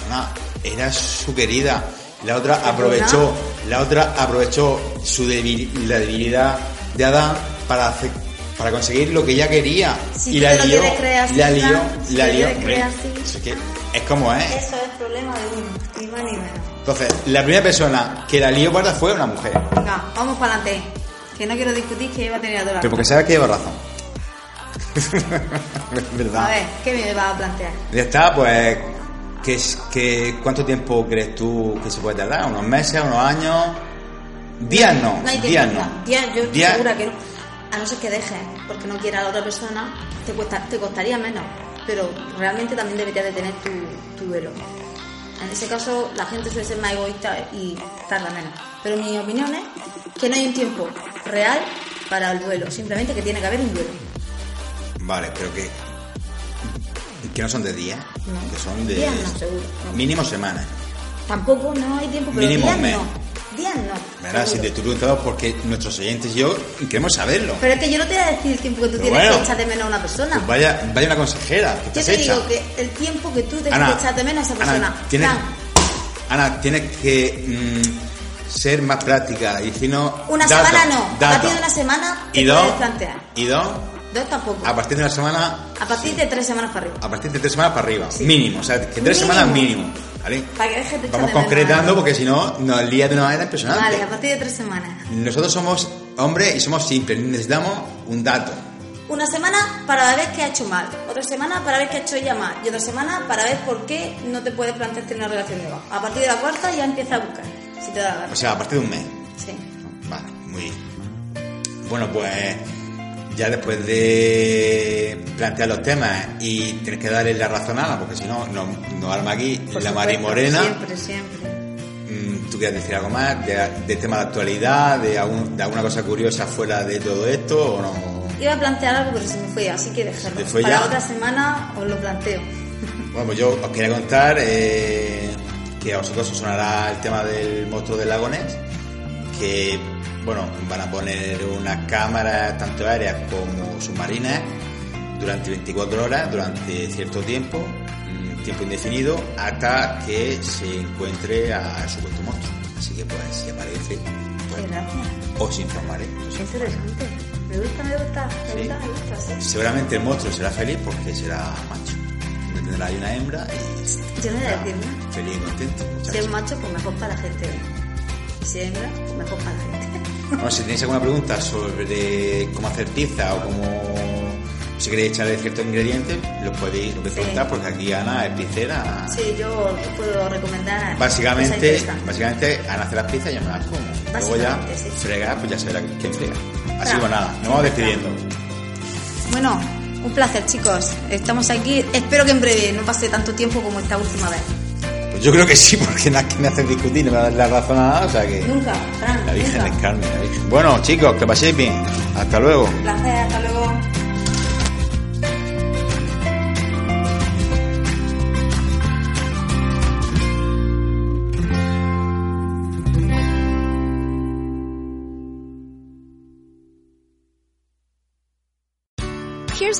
Speaker 1: Ana, era su querida. La otra aprovechó, la otra aprovechó su debil- la debilidad de Adán para hacer- para conseguir lo que ella quería.
Speaker 2: Si
Speaker 1: y
Speaker 2: tú
Speaker 1: la
Speaker 2: te lo
Speaker 1: lió,
Speaker 2: quieres creer así,
Speaker 1: la lió,
Speaker 2: Fran, si
Speaker 1: la
Speaker 2: te lo
Speaker 1: lió.
Speaker 2: quieres
Speaker 1: Hombre,
Speaker 2: creer así.
Speaker 1: eso es que es como es.
Speaker 2: Eso es problema de uno, ni más ni menos.
Speaker 1: Entonces, la primera persona que la lió parda fue una mujer.
Speaker 2: Venga, vamos para adelante. Que no quiero discutir que iba a tener a Dora.
Speaker 1: Pero porque sabes que lleva razón. ¿Verdad?
Speaker 2: A ver, ¿qué me vas a plantear?
Speaker 1: Ya está, pues. ¿qué, es- qué- ¿Cuánto tiempo crees tú que se puede tardar? ¿Unos meses? ¿Unos años? Días no.
Speaker 2: No hay tiempo.
Speaker 1: días
Speaker 2: no.
Speaker 1: no.
Speaker 2: Días, yo estoy
Speaker 1: Días-
Speaker 2: segura que no. A no ser que dejes, porque no quiera a la otra persona, te, cuesta, te costaría menos. Pero realmente también deberías de tener tu, tu duelo. En ese caso, la gente suele ser más egoísta y tarda menos. Pero mi opinión es que no hay un tiempo real para el duelo. Simplemente que tiene que haber un duelo.
Speaker 1: Vale, pero que. Que no son de días.
Speaker 2: No.
Speaker 1: Que son de.
Speaker 2: Días no, seguro, no.
Speaker 1: Mínimo semanas.
Speaker 2: Tampoco no hay tiempo, pero
Speaker 1: Mínimo
Speaker 2: días
Speaker 1: un mes.
Speaker 2: no. Días no.
Speaker 1: ¿Verdad? Si
Speaker 2: seguro.
Speaker 1: te estoy preguntando porque nuestros oyentes y yo queremos saberlo.
Speaker 2: Pero es que yo no te voy a decir el tiempo que tú
Speaker 1: Pero
Speaker 2: tienes
Speaker 1: bueno.
Speaker 2: que echar de menos a una persona.
Speaker 1: Pues vaya, vaya una consejera. Que
Speaker 2: Yo
Speaker 1: estás
Speaker 2: te
Speaker 1: hecha.
Speaker 2: digo que el tiempo que tú te
Speaker 1: Ana,
Speaker 2: echas de menos a esa
Speaker 1: Ana,
Speaker 2: persona.
Speaker 1: tienes,
Speaker 2: Fran,
Speaker 1: Ana, tienes que mm, ser más práctica y si no...
Speaker 2: una
Speaker 1: datos,
Speaker 2: semana no. A
Speaker 1: datos.
Speaker 2: partir de una semana te
Speaker 1: y
Speaker 2: puedes
Speaker 1: dos,
Speaker 2: plantear.
Speaker 1: y dos,
Speaker 2: Dos tampoco.
Speaker 1: a partir de una semana,
Speaker 2: A partir de tres semanas para arriba.
Speaker 1: a partir de tres semanas para arriba, mínimo, o sea, que tres
Speaker 2: Mínimo.
Speaker 1: semanas mínimo, ¿vale?
Speaker 2: Para que dejes de echar
Speaker 1: Vamos
Speaker 2: de menos.
Speaker 1: concretando porque si no nos lía de una manera impresionante.
Speaker 2: Vale, a partir de tres semanas.
Speaker 1: Nosotros somos hombres y somos simples, necesitamos un dato.
Speaker 2: Una semana para ver qué ha hecho mal. Otra semana para ver qué ha hecho ella mal. Y otra semana para ver por qué no te puedes plantear tener una relación nueva. A partir de la cuarta ya empieza a buscar. Si te da la gana.
Speaker 1: O sea, a partir de un mes.
Speaker 2: Sí.
Speaker 1: Vale, muy bien. Bueno, pues ya después de plantear los temas y tener que darle la razón a Ana, porque si no, no, no arma aquí
Speaker 2: Por
Speaker 1: la
Speaker 2: supuesto,
Speaker 1: Mari Morena.
Speaker 2: Siempre, siempre.
Speaker 1: Mm, ¿Tú quieres decir algo más de, de tema de actualidad, de, algún- de alguna cosa curiosa fuera de todo esto o no?
Speaker 2: Iba a plantear algo, pero se me fue ya, así que dejarlo.
Speaker 1: ¿Se te fue
Speaker 2: para
Speaker 1: ya?
Speaker 2: otra semana os lo planteo.
Speaker 1: Bueno, pues yo os quería contar eh, que a vosotros os sonará el tema del monstruo de Lagones, que, bueno, van a poner unas cámaras, tanto aéreas como submarinas, durante 24 horas, durante cierto tiempo, mm, tiempo indefinido, hasta que se encuentre a supuesto monstruo. Así que, pues, si aparece, pues,
Speaker 2: Qué gracia.
Speaker 1: os informaré. os
Speaker 2: Qué interesante. Me gusta, me gusta, me
Speaker 1: Sí.
Speaker 2: gusta, me gusta, sí.
Speaker 1: Seguramente el monstruo será feliz porque será macho. No tendrá ahí una hembra y.
Speaker 2: Yo no voy a
Speaker 1: estará
Speaker 2: decir nada.
Speaker 1: Feliz y contento.
Speaker 2: Si es
Speaker 1: muchacho.
Speaker 2: macho, pues mejor para la gente. Y si es hembra, pues mejor para la gente.
Speaker 1: Bueno, si tenéis alguna pregunta sobre cómo hacer pizza o cómo. Si queréis echarle ciertos ingredientes, los podéis, lo podéis
Speaker 2: Sí.
Speaker 1: preguntar porque aquí Ana es pizzera.
Speaker 2: Sí, Pues yo os puedo recomendar. cosas
Speaker 1: Ah. Básicamente,
Speaker 2: interesantes.
Speaker 1: básicamente, Ana hace las pizzas y yo me las como. Luego ya
Speaker 2: Básicamente, sí.
Speaker 1: fregar, pues ya será quien frega. Así
Speaker 2: Fra.
Speaker 1: que bueno, nada, nos vamos despidiendo.
Speaker 2: Bueno, un placer, chicos. Estamos aquí. Espero que en breve no pase tanto tiempo como esta última vez.
Speaker 1: Pues yo creo que sí, porque nada que me hacen discutir, no me dan la razón a nada, o sea que.
Speaker 2: Nunca, Fran.
Speaker 1: Eh, La Virgen
Speaker 2: nunca.
Speaker 1: del Carmen, la Virgen. Bueno, chicos, que paséis bien. Hasta luego.
Speaker 2: Un placer, hasta luego.
Speaker 4: Here's